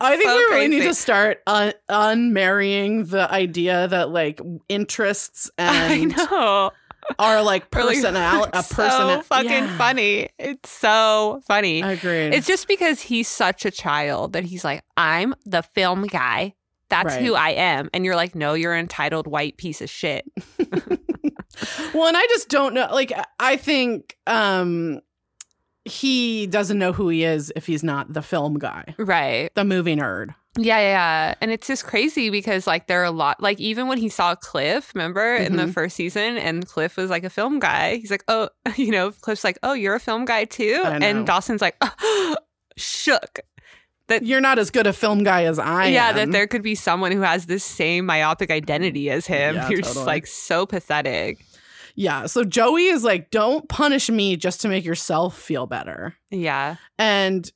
S2: I think
S1: so
S2: we really need
S1: crazy.
S2: to start un- unmarrying the idea that like interests
S1: [laughs] I
S2: and
S1: know.
S2: are like
S1: [laughs] Or, like,
S2: personality a
S1: so
S2: person
S1: fucking funny. It's so funny.
S2: Agreed.
S1: It's just because he's such a child that he's like, I'm the film guy. That's
S2: Right.
S1: who I am. And you're like, no, you're an entitled white piece of shit.
S2: well, and I just don't know. Like, I- I think um he doesn't know who he is if he's not the film guy,
S1: Right.
S2: the movie nerd.
S1: Yeah, yeah, yeah. And it's just crazy because like there are a lot like even when he saw Cliff, remember in the
S2: Mhm.
S1: first season and Cliff was like a film guy. He's like, "Oh, [laughs] you know, Cliff's like, "Oh, you're a film guy too."
S2: I know.
S1: And Dawson's like, [gasps] "Shook."
S2: You're not as good a film guy as I
S1: yeah,
S2: am.
S1: that there could be someone who has this same myopic identity as him. [laughs]
S2: Yeah,
S1: You're
S2: totally.
S1: just like so pathetic.
S2: yeah. So Joey is like, don't punish me just to make yourself feel better.
S1: Yeah.
S2: And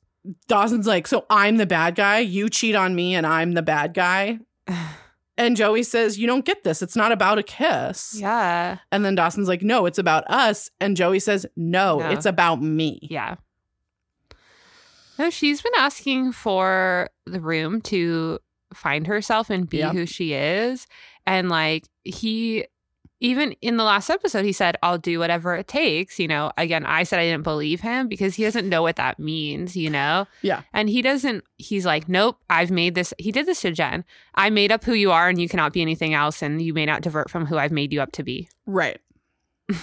S2: Dawson's like, so I'm the bad guy. You cheat on me, and I'm the
S1: [sighs]
S2: bad guy. And Joey says, you don't get this. It's not about a kiss.
S1: Yeah.
S2: And then Dawson's like, no, it's about us. And Joey says, no,
S1: No.
S2: it's about me.
S1: Yeah. No, she's been asking for the room to find herself and be
S2: Yep.
S1: who she is. And like he even in the last episode he said I'll do whatever it takes, you know. Again, I said I didn't believe him because he doesn't know what that means, you know.
S2: Yeah.
S1: And he doesn't he's like, "Nope, I've made this he did this to Jen. I made up who you are and you cannot be anything else and you may not divert from who I've made you up to be."
S2: Right. [laughs]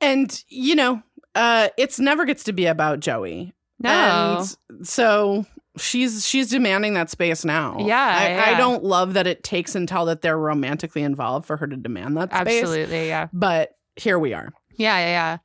S2: and, you know, uh it's never gets to be about Joey.
S1: No.
S2: And so she's she's demanding that space now.
S1: Yeah,
S2: I, I
S1: yeah.
S2: don't love that it takes until that they're romantically involved for her to demand that space.
S1: Absolutely, yeah.
S2: But here we are.
S1: Yeah, yeah, yeah.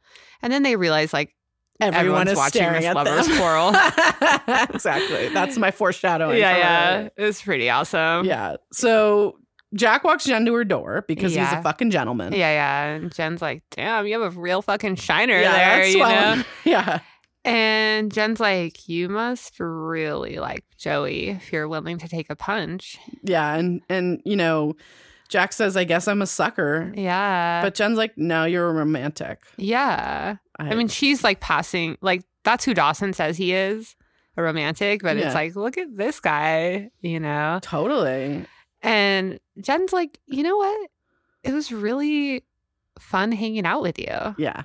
S1: And then they realize like
S2: Everyone
S1: Everyone's
S2: is
S1: watching
S2: staring
S1: this
S2: at [laughs]
S1: lovers
S2: them.
S1: quarrel. [laughs]
S2: exactly. That's my foreshadowing. for
S1: yeah, yeah.
S2: her.
S1: It's pretty awesome.
S2: Yeah. So Jack walks Jen to her door because he's
S1: Yeah.
S2: a fucking gentleman.
S1: Yeah, yeah. And Jen's like, damn, you have a real fucking shiner
S2: Yeah,
S1: there,
S2: that's
S1: you
S2: why-
S1: know?
S2: [laughs] Yeah.
S1: And Jen's like, you must really like Joey if you're willing to take a punch.
S2: Yeah, and and you know, Jack says, "I guess I'm a sucker,"
S1: Yeah.
S2: but Jen's like, "No, you're a romantic."
S1: yeah. I mean, she's like passing, like, that's who Dawson says he is a romantic, but
S2: Yeah.
S1: it's like, look at this guy, you know?
S2: totally.
S1: And Jen's like, you know what? It was really fun hanging out with you.
S2: Yeah,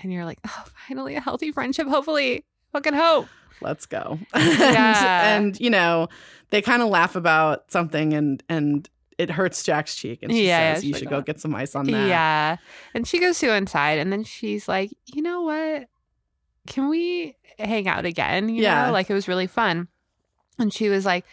S1: and you're like, oh, finally a healthy friendship. Hopefully, fucking hope.
S2: let's go. [laughs]
S1: Yeah.
S2: and, and you know, they kind of laugh about something, and and it hurts Jack's cheek, and she
S1: Yeah,
S2: says,
S1: yeah,
S2: "You
S1: she's
S2: should
S1: like,
S2: go
S1: "Oh."
S2: get some ice on that."
S1: Yeah. And she goes to inside, and then she's like, you know what? Can we hang out again? You
S2: Yeah.
S1: know, like it was really fun. And she was like,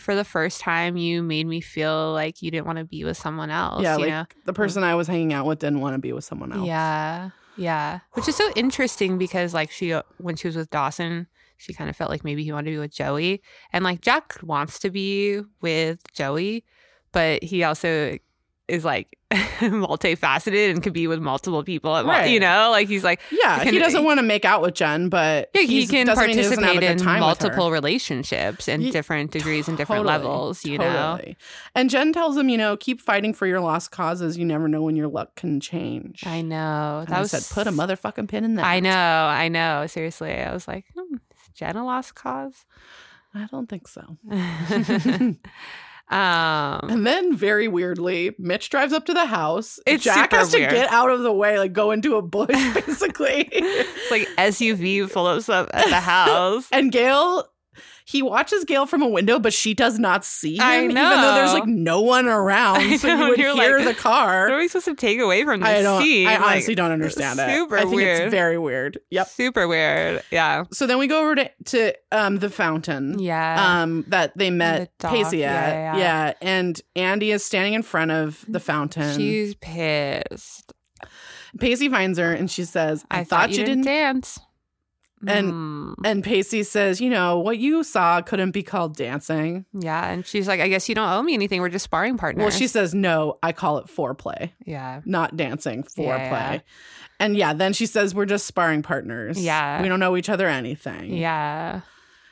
S1: for the first time, you made me feel like you didn't want to be with someone else.
S2: yeah.
S1: you
S2: Like
S1: know?
S2: the person I was hanging out with didn't want to be with someone else.
S1: Yeah. Yeah. Which is so interesting because like she uh, when she was with Dawson, she kind of felt like maybe he wanted to be with Joey. And like Jack wants to be with Joey, but he also is like [laughs] multifaceted and could be with multiple people at once.
S2: Right.
S1: You know, like he's like
S2: yeah.
S1: Can-
S2: he doesn't want to make out with Jen, but
S1: yeah, he
S2: he's-
S1: can
S2: doesn't mean he doesn't have a
S1: participate
S2: good
S1: in
S2: time with her.
S1: multiple relationships and
S2: Ye-
S1: different degrees and different
S2: Totally,
S1: levels, you know.
S2: totally. And Jen tells him, you know, keep fighting for your lost causes. You never know when your luck can change.
S1: I know.
S2: And
S1: that
S2: I
S1: was
S2: said, put a motherfucking pin in that.
S1: I know, I know. Seriously. I was like, hmm, is Jen a lost cause? [laughs]
S2: I don't think so.
S1: Um,
S2: And then, very weirdly, Mitch drives up to the house.
S1: It's
S2: Jack
S1: super
S2: has to
S1: weird.
S2: get out of the way, like go into a
S1: [laughs]
S2: bush, basically.
S1: it's like SUV full of stuff at the
S2: [laughs]
S1: house.
S2: and Gail, he watches Gail from a window, but she does not see him,
S1: I
S2: even though there's
S1: know.
S2: like no one
S1: I [laughs]
S2: around. So
S1: know,
S2: you would
S1: you're
S2: hear
S1: like,
S2: the car.
S1: what are we supposed to take away from this
S2: I don't.
S1: scene?
S2: I
S1: Like,
S2: honestly don't understand it.
S1: super
S2: I think
S1: weird.
S2: it's very weird. Yep.
S1: super weird. Yeah,
S2: So then we go over to to um the fountain.
S1: yeah.
S2: Um, that they met
S1: dog,
S2: Pacey
S1: yeah,
S2: at.
S1: yeah, yeah.
S2: and Andy is standing in front of the fountain.
S1: She's pissed.
S2: Pacey finds her, and she says, "I,
S1: thought, you didn't, dance.
S2: And-
S1: Mm.
S2: And Pacey says, "You know what you saw couldn't be called dancing."
S1: yeah, and she's like, I guess you don't owe me anything. We're just sparring partners.
S2: Well, she says, "No, I call it foreplay,
S1: yeah,
S2: not dancing. Foreplay."
S1: Yeah.
S2: And yeah, then she says, "We're just sparring partners.
S1: Yeah.
S2: we don't know each other anything."
S1: yeah,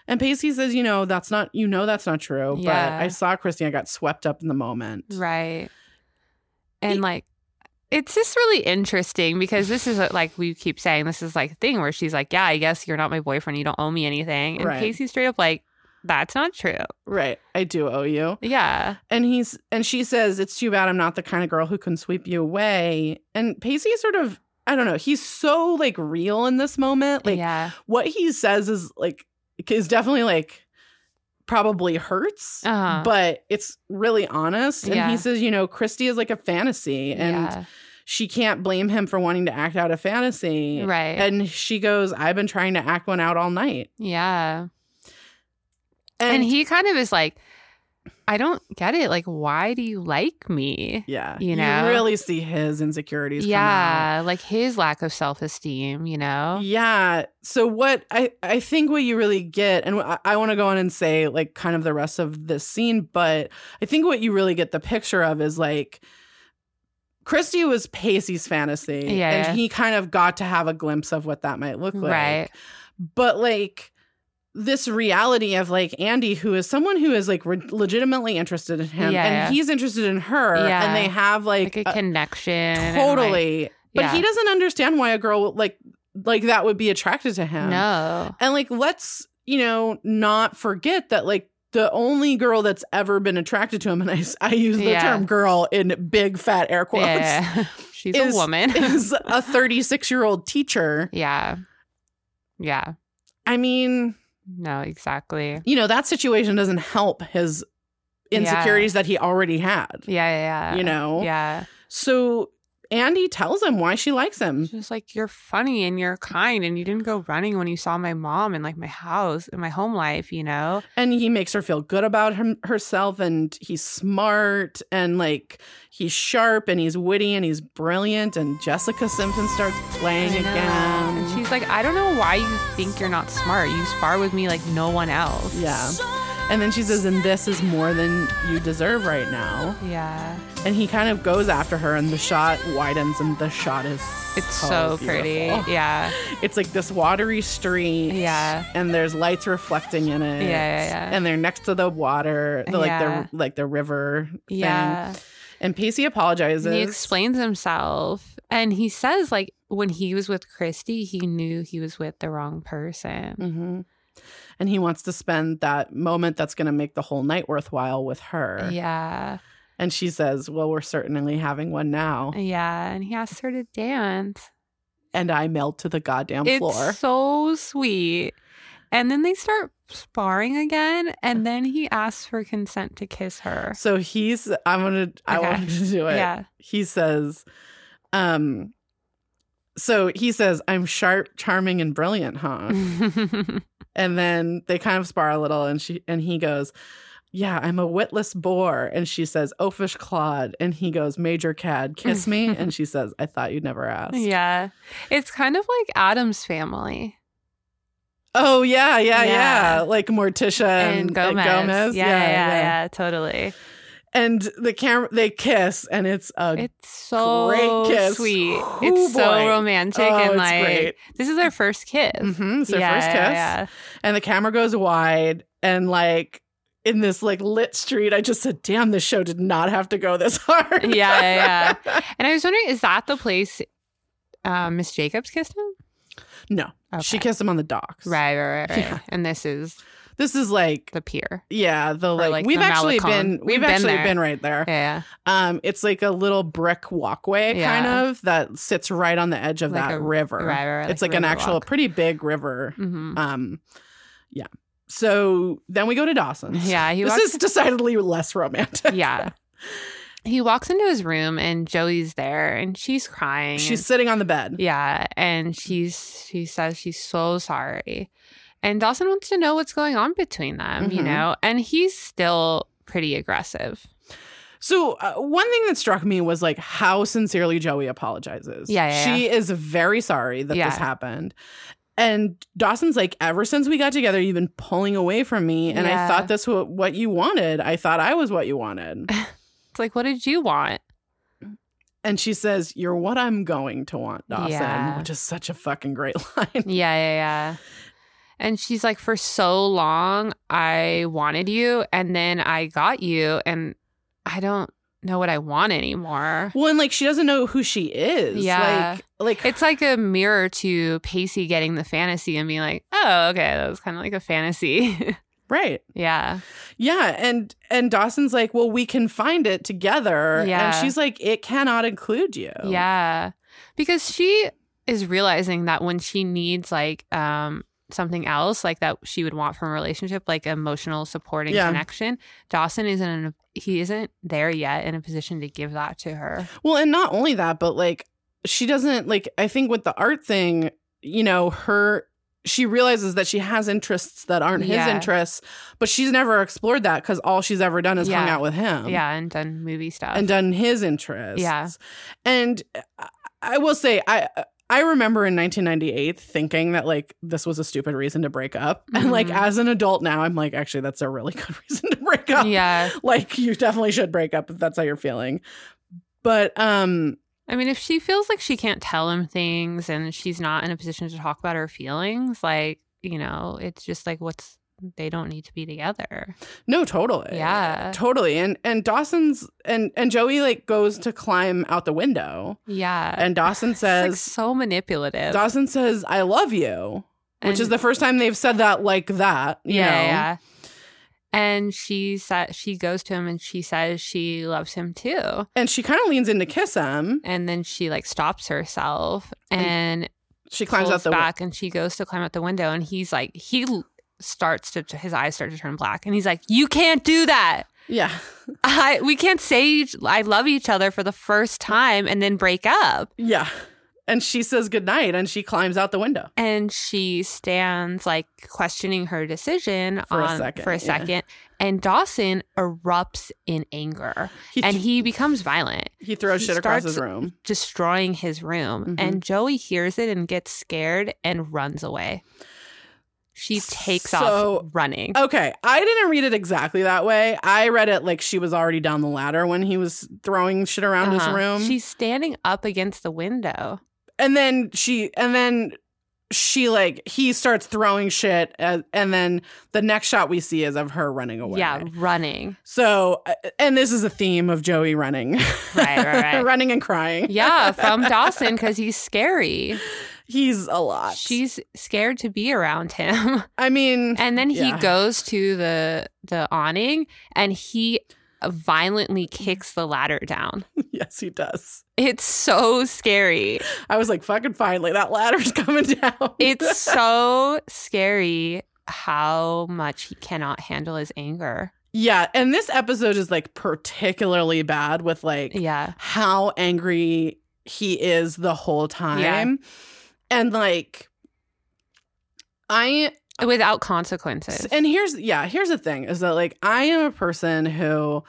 S2: And Pacey says, "You know that's not. You know that's not true.
S1: Yeah.
S2: But I saw Christy. I got swept up in the moment.
S1: right. And like, it's just really interesting because this is uh, like we keep saying this is like a thing where she's like, yeah, I guess you're not my boyfriend. You don't owe me anything. And
S2: Right.
S1: Casey straight up like, that's not true.
S2: Right. I do owe you."
S1: Yeah,
S2: And he's and she says, "It's too bad I'm not the kind of girl who can sweep you away." And Pacey sort of, I don't know. He's so like real in this moment. Like
S1: yeah,
S2: what he says is like is definitely like probably hurts
S1: Uh-huh.
S2: but it's really honest and
S1: Yeah.
S2: he says you know christy is like a fantasy and
S1: yeah.
S2: she can't blame him for wanting to act out a fantasy
S1: right,
S2: and she goes i've been trying to act one out all night
S1: yeah.
S2: and,
S1: And he kind of is like, I don't get it. Like, why do you like me?
S2: yeah
S1: you know?
S2: really see his insecurities come out.
S1: yeah, like his lack of self esteem, you know?
S2: Yeah. So what I I think what you really get, and I, I want to go on and say like kind of the rest of this scene, but I think what you really get the picture of is like Christy was Pacey's fantasy,
S1: Yeah,
S2: and
S1: yeah.
S2: he kind of got to have a glimpse of what that might look like,
S1: Right.
S2: But like this reality of like Andy, who is someone who is like re- legitimately interested in him,
S1: Yeah,
S2: and
S1: yeah.
S2: he's interested in her,
S1: Yeah.
S2: and they have
S1: Like,
S2: like, uh,
S1: a connection. and, like-
S2: totally but
S1: yeah.
S2: he doesn't understand why a girl like like that would be attracted to him
S1: No.
S2: and like let's you know not forget that like the only girl that's ever been attracted to him and i, s- I use the
S1: Yeah.
S2: term girl in big fat air quotes
S1: Yeah. [laughs] She's
S2: is-
S1: a woman.
S2: [laughs] is a 36 year old teacher
S1: [laughs] yeah. Yeah.
S2: i mean
S1: No, exactly.
S2: you know that situation doesn't help his
S1: Yeah.
S2: insecurities that he already had
S1: Yeah, yeah, yeah.
S2: you know
S1: Yeah.
S2: so andy tells him why she likes him
S1: She's like, you're funny and you're kind, and you didn't go running when you saw my mom and like my house and my home life, you know?
S2: and he makes her feel good about him, herself and he's smart and like he's sharp and he's witty and he's brilliant and jessica simpson starts playing
S1: I know.
S2: again
S1: And she's like, I don't know why you think you're not smart. You spar with me like no one else.
S2: yeah and then she says and this is more than you deserve right now
S1: Yeah.
S2: and he kind of goes after her and the shot widens and the shot is
S1: It's so, pretty.
S2: beautiful.
S1: Yeah.
S2: it's like this watery street
S1: Yeah.
S2: and there's lights reflecting in it
S1: Yeah, yeah, yeah.
S2: and they're next to the water the, like
S1: Yeah.
S2: the like the river thing.
S1: Yeah.
S2: And Pacey apologizes.
S1: And he explains himself and he says like when he was with Christy, he knew he was with the wrong person.
S2: Mhm. And he wants to spend that moment that's going to make the whole night worthwhile with her.
S1: Yeah.
S2: And she says, Well, we're certainly having one now.
S1: Yeah. And he asks her to dance.
S2: And I melt to the goddamn floor.
S1: It's so sweet. And then they start sparring again. And then he asks for consent to kiss her.
S2: So he's, I'm going to, I
S1: Okay.
S2: wanted to do it.
S1: Yeah.
S2: He says, um, so he says, I'm sharp, charming, and brilliant, huh? [laughs] and then they kind of spar a little and she and he goes, Yeah, I'm a witless boar. And she says, Oafish Claude. And he goes, Major Cad, kiss me.
S1: [laughs]
S2: and she says, I thought you'd never ask.
S1: [laughs] yeah. It's kind of like Adam's family.
S2: Oh yeah, yeah, yeah,
S1: Yeah.
S2: Like Morticia and,
S1: and
S2: and
S1: Gomez. Yeah, yeah, yeah,
S2: yeah.
S1: totally.
S2: And the camera, they kiss, and it's a
S1: It's so
S2: Great kiss.
S1: sweet.
S2: [gasps] Ooh,
S1: it's so
S2: boy.
S1: romantic
S2: Oh,
S1: and
S2: it's
S1: like
S2: great.
S1: this is their first kiss.
S2: Mhm, it's their
S1: Yeah,
S2: first kiss,
S1: yeah, yeah.
S2: and the camera goes wide, and like in this like lit street, I just said, "Damn, this show did not have to go this [laughs] hard."
S1: Yeah, yeah,
S2: [laughs]
S1: And I was wondering, is that the place um, Miss Jacobs kissed him?
S2: no, she
S1: Okay.
S2: kissed him on the docks.
S1: Right, right, right, right.
S2: Yeah.
S1: And this is
S2: This is like
S1: the pier.
S2: yeah, the like,
S1: like,
S2: we've
S1: the
S2: actually
S1: Malecon.
S2: been
S1: We've
S2: we've,
S1: been
S2: actually
S1: there.
S2: been right there.
S1: Yeah,
S2: Um, it's like a little brick walkway kind
S1: Yeah.
S2: of that sits right on the edge of
S1: Like
S2: that
S1: a-
S2: river.
S1: right, right, right,
S2: it's like an
S1: river
S2: actual
S1: walk.
S2: pretty big river. [laughs]
S1: Mhm.
S2: Um, yeah. So then we go to Dawson's.
S1: yeah. He
S2: this
S1: walks.
S2: is decidedly less romantic.
S1: yeah. He walks into his room and Joey's there and she's crying.
S2: [laughs] She's sitting on the bed.
S1: and- yeah, and she's she says she's so sorry. And Dawson wants to know what's going on between them, you
S2: Mhm.
S1: know? And he's still pretty aggressive.
S2: So uh, one thing that struck me was like how sincerely Joey apologizes.
S1: Yeah, yeah,
S2: she is very sorry that
S1: Yeah.
S2: this happened. And Dawson's like, ever since we got together, you've been pulling away from me, and
S1: Yeah.
S2: I thought this was what you wanted. I thought I was what you wanted.
S1: [laughs] It's like, what did you want?
S2: And she says, "You're what I'm going to want, Dawson,"
S1: Yeah.
S2: which is such a fucking great [laughs] line.
S1: Yeah, yeah, yeah. And she's like, for so long, I wanted you, and then I got you, and I don't know what I want anymore.
S2: Well, and like she doesn't know who she is.
S1: Yeah.
S2: like, like
S1: It's like a mirror to Pacey getting the fantasy and being like, oh, okay, that was kind of like a fantasy. [laughs]
S2: right.
S1: yeah.
S2: Yeah, and and Dawson's like, "Well, we can find it together."
S1: Yeah.
S2: And she's like, "It cannot include you."
S1: Yeah. Because she is realizing that when she needs like um something else like that she would want from a relationship, like emotional support and
S2: Yeah.
S1: connection, Dawson isn't in a, he isn't there yet in a position to give that to her.
S2: Well, and not only that, but like she doesn't like I think with the art thing, you know, her she realizes that she has interests that aren't his
S1: Yeah.
S2: interests, but she's never explored that cuz all she's ever done is hung
S1: Yeah.
S2: out with him.
S1: yeah, and done movie stuff.
S2: Um, And [laughs] done his interests.
S1: Yeah.
S2: And I- I will say I I remember in 1998 thinking that like this was a stupid reason to break up. [laughs] And like
S1: Mhm.
S2: as an adult now I'm like actually that's a really [laughs] good reason to break up.
S1: yeah.
S2: Like you definitely should break up if that's how you're feeling. But um
S1: I mean, if she feels like she can't tell him things and she's not in a position to talk about her feelings, like, you know, it's just like what's they don't need to be together.
S2: No, totally.
S1: Yeah.
S2: Totally. And and Dawson's and and Joey like goes to climb out the window
S1: Yeah.
S2: and
S1: [laughs]
S2: Dawson
S1: It's, like,
S2: says
S1: so manipulative.
S2: Dawson says I love you, which is
S1: And-
S2: the first time they've said that like that, you
S1: yeah,
S2: know.
S1: yeah. And she sa- she goes to him and she says she loves him too.
S2: And she kind of leans in to kiss him.
S1: And then she like stops herself and
S2: She climbs
S1: pulls
S2: out the wi-
S1: back and she goes to climb out the window and he's like he l- starts to his eyes start to turn black and he's like you can't do that.
S2: Yeah.
S1: I we can't say each- I love each other for the first time and then break up.
S2: Yeah. And she says goodnight and she climbs out the window.
S1: And she stands like questioning her decision
S2: For a
S1: on,
S2: second,
S1: for a
S2: yeah.
S1: second. And Dawson erupts in anger.
S2: He [laughs] th-
S1: and he becomes violent,
S2: he throws
S1: he
S2: shit across
S1: starts-
S2: his room.
S1: destroying his room.
S2: Mhm.
S1: And Joey hears it and gets scared and runs away. She takes off
S2: So-
S1: running.
S2: Okay, I didn't read it exactly that way. I read it like she was already down the ladder when he was throwing shit around
S1: Uh-huh.
S2: his room.
S1: She's standing up against the window.
S2: and then she and then she like he starts throwing shit and, and then the next shot we see is of her running away
S1: Yeah, running.
S2: so uh, and this is a theme of joey running [laughs]
S1: Right, right, right.
S2: running and crying
S1: yeah, from Dawson because he's scary.
S2: he's a lot
S1: She's scared to be around him. [laughs]
S2: i mean
S1: And then he
S2: Yeah.
S1: goes to the the awning and he violently kicks the ladder down.
S2: [laughs] yes he does
S1: It's so scary.
S2: i was like fucking finally that ladder's [laughs] coming down
S1: It's so scary how much he cannot handle his anger.
S2: [laughs] yeah and this episode is like particularly bad with like
S1: Yeah.
S2: how angry he is the whole time and like i
S1: Without consequences.
S2: And here's yeah, here's the thing is that like I am a person who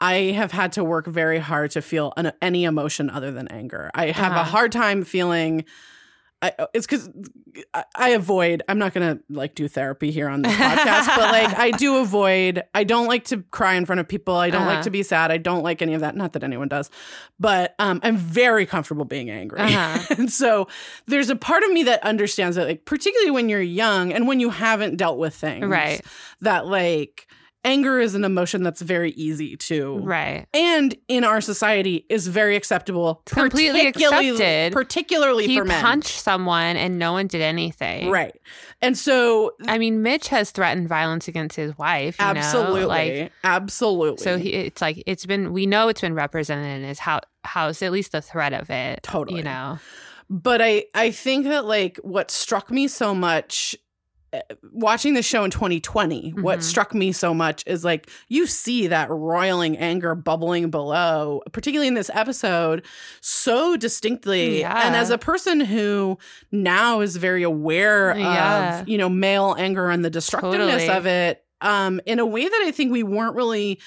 S2: I have had to work very hard to feel an, any emotion other than anger. I have
S1: Uh-huh.
S2: a hard time feeling. I, it's because I, I avoid. I'm not gonna like do therapy
S1: [laughs]
S2: here on this podcast, but like I do avoid. I don't like to cry in front of people. I don't
S1: Uh-huh.
S2: like to be sad. I don't like any of that. Not that anyone does, but um, I'm very comfortable being angry.
S1: Uh-huh.
S2: [laughs] and so there's a part of me that understands that, like particularly when you're young and when you haven't dealt with things,
S1: Right.
S2: that like anger is an emotion that's very easy to
S1: Right.
S2: and in our society is very acceptable.
S1: It's completely
S2: particularly-
S1: accepted.
S2: particularly
S1: He
S2: for men.
S1: punched someone and no one did anything.
S2: Right, and so
S1: I mean, Mitch has threatened violence against his wife. you know?
S2: absolutely,
S1: Like,
S2: absolutely.
S1: so he, it's like it's been. We know it's been represented in his house. House, at least the threat of it.
S2: Totally.
S1: You know.
S2: but I I think that like what struck me so much uh, watching the show in 2020
S1: Mhm.
S2: what struck me so much is like you see that roiling anger bubbling below particularly in this episode so distinctly
S1: Yeah.
S2: and as a person who now is very aware
S1: Uh, Yeah.
S2: of you know male anger and the destructiveness
S1: Totally.
S2: of it um in a way that I think we weren't really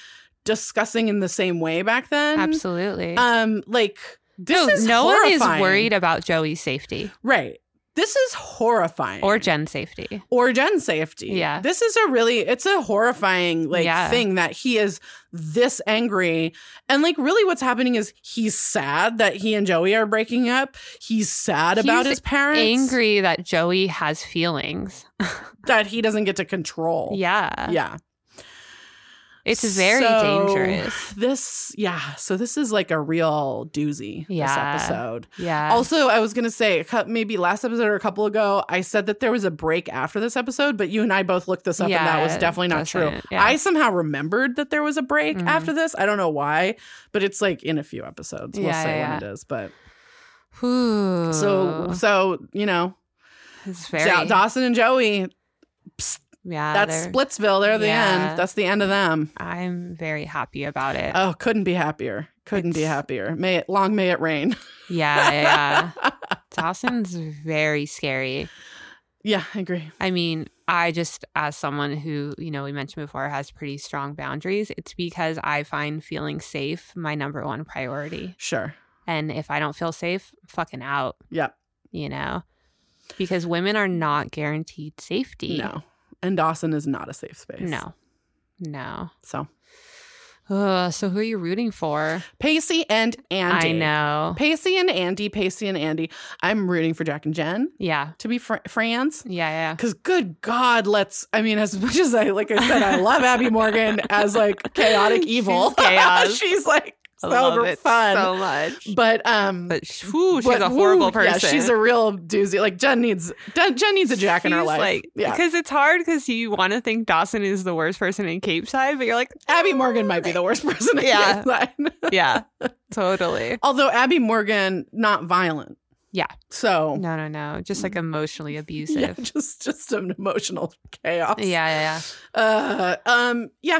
S2: discussing in the same way back then
S1: Absolutely.
S2: um like this
S1: no,
S2: is
S1: no one is
S2: horrifying.
S1: worried about Joey's safety
S2: Right. This is horrifying.
S1: or Jen's safety.
S2: or Gen safety.
S1: Yeah.
S2: This is a really it's a horrifying like
S1: Yeah.
S2: thing that he is this angry. And like really what's happening is he's sad that he and Joey are breaking up. He's sad about
S1: He's
S2: his parents.
S1: Angry that Joey has feelings.
S2: that he doesn't get to control.
S1: Yeah.
S2: Yeah.
S1: It's very
S2: So-
S1: dangerous.
S2: This yeah, so this is like a real doozy
S1: Yeah.
S2: this episode.
S1: Yeah.
S2: Also, I was gonna say a cou- maybe last episode or a couple ago, I said that there was a break after this episode, but you and I both looked this up, and that was
S1: Yeah,
S2: definitely not true.
S1: doesn't- yeah.
S2: I somehow remembered that there was a break
S1: Mhm.
S2: after this. I don't know why, but it's like in a few episodes. We'll
S1: Yeah,
S2: say
S1: yeah,
S2: when it is, but
S1: Whew.
S2: so so you know,
S1: it's
S2: Da-
S1: very
S2: Dawson and Joey.
S1: yeah.
S2: That's
S1: they're-
S2: Splitsville. They're the
S1: Yeah.
S2: end. That's the end of them.
S1: I'm very happy about it.
S2: Oh, couldn't be happier. Couldn't be
S1: It's-
S2: happier. May it long may it rain. [laughs]
S1: yeah, yeah. yeah. Dawson's very scary.
S2: yeah, I agree.
S1: I mean, I just, as someone who, you know, we mentioned before has pretty strong boundaries, it's because I find feeling safe my number one priority.
S2: Sure.
S1: And if I don't feel safe, fucking out,
S2: Yep.
S1: you know? Because women are not guaranteed safety.
S2: No. And Dawson is not a safe space.
S1: No. No.
S2: So
S1: Ugh, so who are you rooting for?
S2: Pacey and Andy.
S1: I know.
S2: Pacey and Andy. Pacey and Andy. I'm rooting for Jack and Jen
S1: Yeah.
S2: to be fr- friends.
S1: Yeah,
S2: Because good God, let's. I mean, as much as I like, I said I love Abby Morgan as like chaotic evil. [laughs]
S1: She's chaos.
S2: She's like
S1: yeah.
S2: so
S1: I love it
S2: fun.
S1: so much.
S2: but um,
S1: But sh- whew, she's
S2: but
S1: a horrible
S2: woo,
S1: person.
S2: Yeah, she's a real doozy. Like Jen needs Jen, Jen needs a Jack in her
S1: She's
S2: life.
S1: Like,
S2: yeah,
S1: Because it's hard because you want to think Dawson is the worst person in Cape Side, but you're like,
S2: Abby Morgan might be the worst person. in
S1: Yeah.
S2: Cleveland.
S1: [laughs] yeah, totally.
S2: [laughs] Although Abby Morgan not violent.
S1: Yeah.
S2: So
S1: No, no, no. Just like emotionally
S2: Oh. [laughs] yeah,
S1: abusive.
S2: just just an emotional chaos.
S1: Yeah, yeah,
S2: Uh, um, yeah.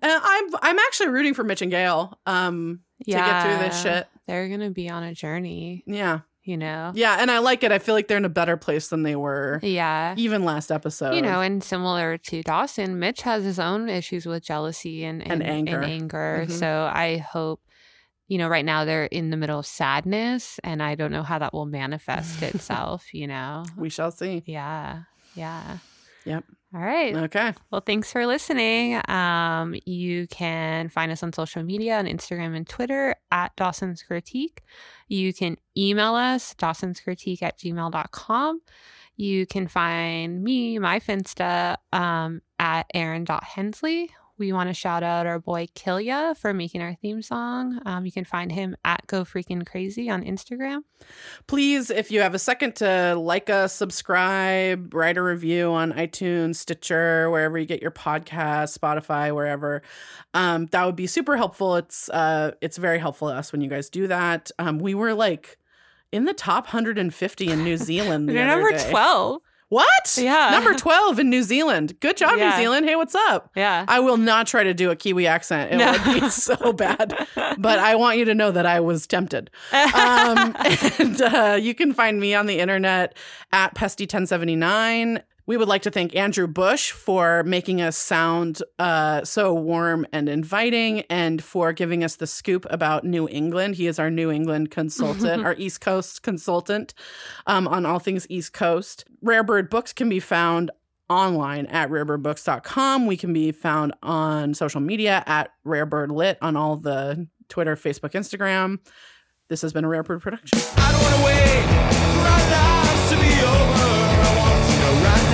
S2: Uh, I'm I'm actually rooting for Mitch and Gail. Um,
S1: yeah.
S2: to get through this
S1: Yeah.
S2: shit.
S1: They're going to be on a journey,
S2: Yeah,
S1: you know?
S2: yeah. And I like it. I feel like they're in a better place than they were
S1: Yeah.
S2: even last episode.
S1: You know, and similar to Dawson, Mitch has his own issues with jealousy and,
S2: And anger.
S1: anger.
S2: Mhm.
S1: So I hope, you know, right now they're in the middle of sadness, and I don't know how that will
S2: [laughs]
S1: manifest itself, you know?
S2: we shall see.
S1: Yeah. Yeah.
S2: Yep.
S1: All right.
S2: Okay.
S1: Well, thanks for listening. Um, you can find us on social media on Instagram and Twitter at Dawson's Critique. You can email us, Dawson's Critique at gmail.com. You can find me, my Finsta, um, at Aaron.Hensley. We want to shout out our boy Kilya for making our theme song. Um, you can find him at Go Freaking Crazy on Instagram.
S2: Please, if you have a second to like us, subscribe, write a review on iTunes, Stitcher, wherever you get your podcast, Spotify, wherever. Um, that would be super helpful. It's uh, it's very helpful to us when you guys do that. Um, we were like in the top 150 in
S1: [laughs]
S2: New Zealand. the
S1: You're
S2: other
S1: number
S2: day.
S1: 12.
S2: What?
S1: Yeah.
S2: Number 12 in New Zealand. Good job,
S1: Yeah.
S2: New Zealand. Hey, what's up?
S1: [laughs] Yeah.
S2: I will not try to do a Kiwi accent. It
S1: No.
S2: would be so bad. But I want you to know that I was tempted. Um, and uh, you can find me on the internet at pesty1079. We would like to thank Andrew Bush for making us sound uh, so warm and inviting and for giving us the scoop about New England. He is our New England consultant, our East Coast consultant um, on all things East Coast. Rare Bird Books can be found online at rarebirdbooks.com. We can be found on social media at rarebirdlit on all the Twitter, Facebook, Instagram. This has been a Rare Bird production.
S3: I don't wanna wait for our lives to be over. I want to know right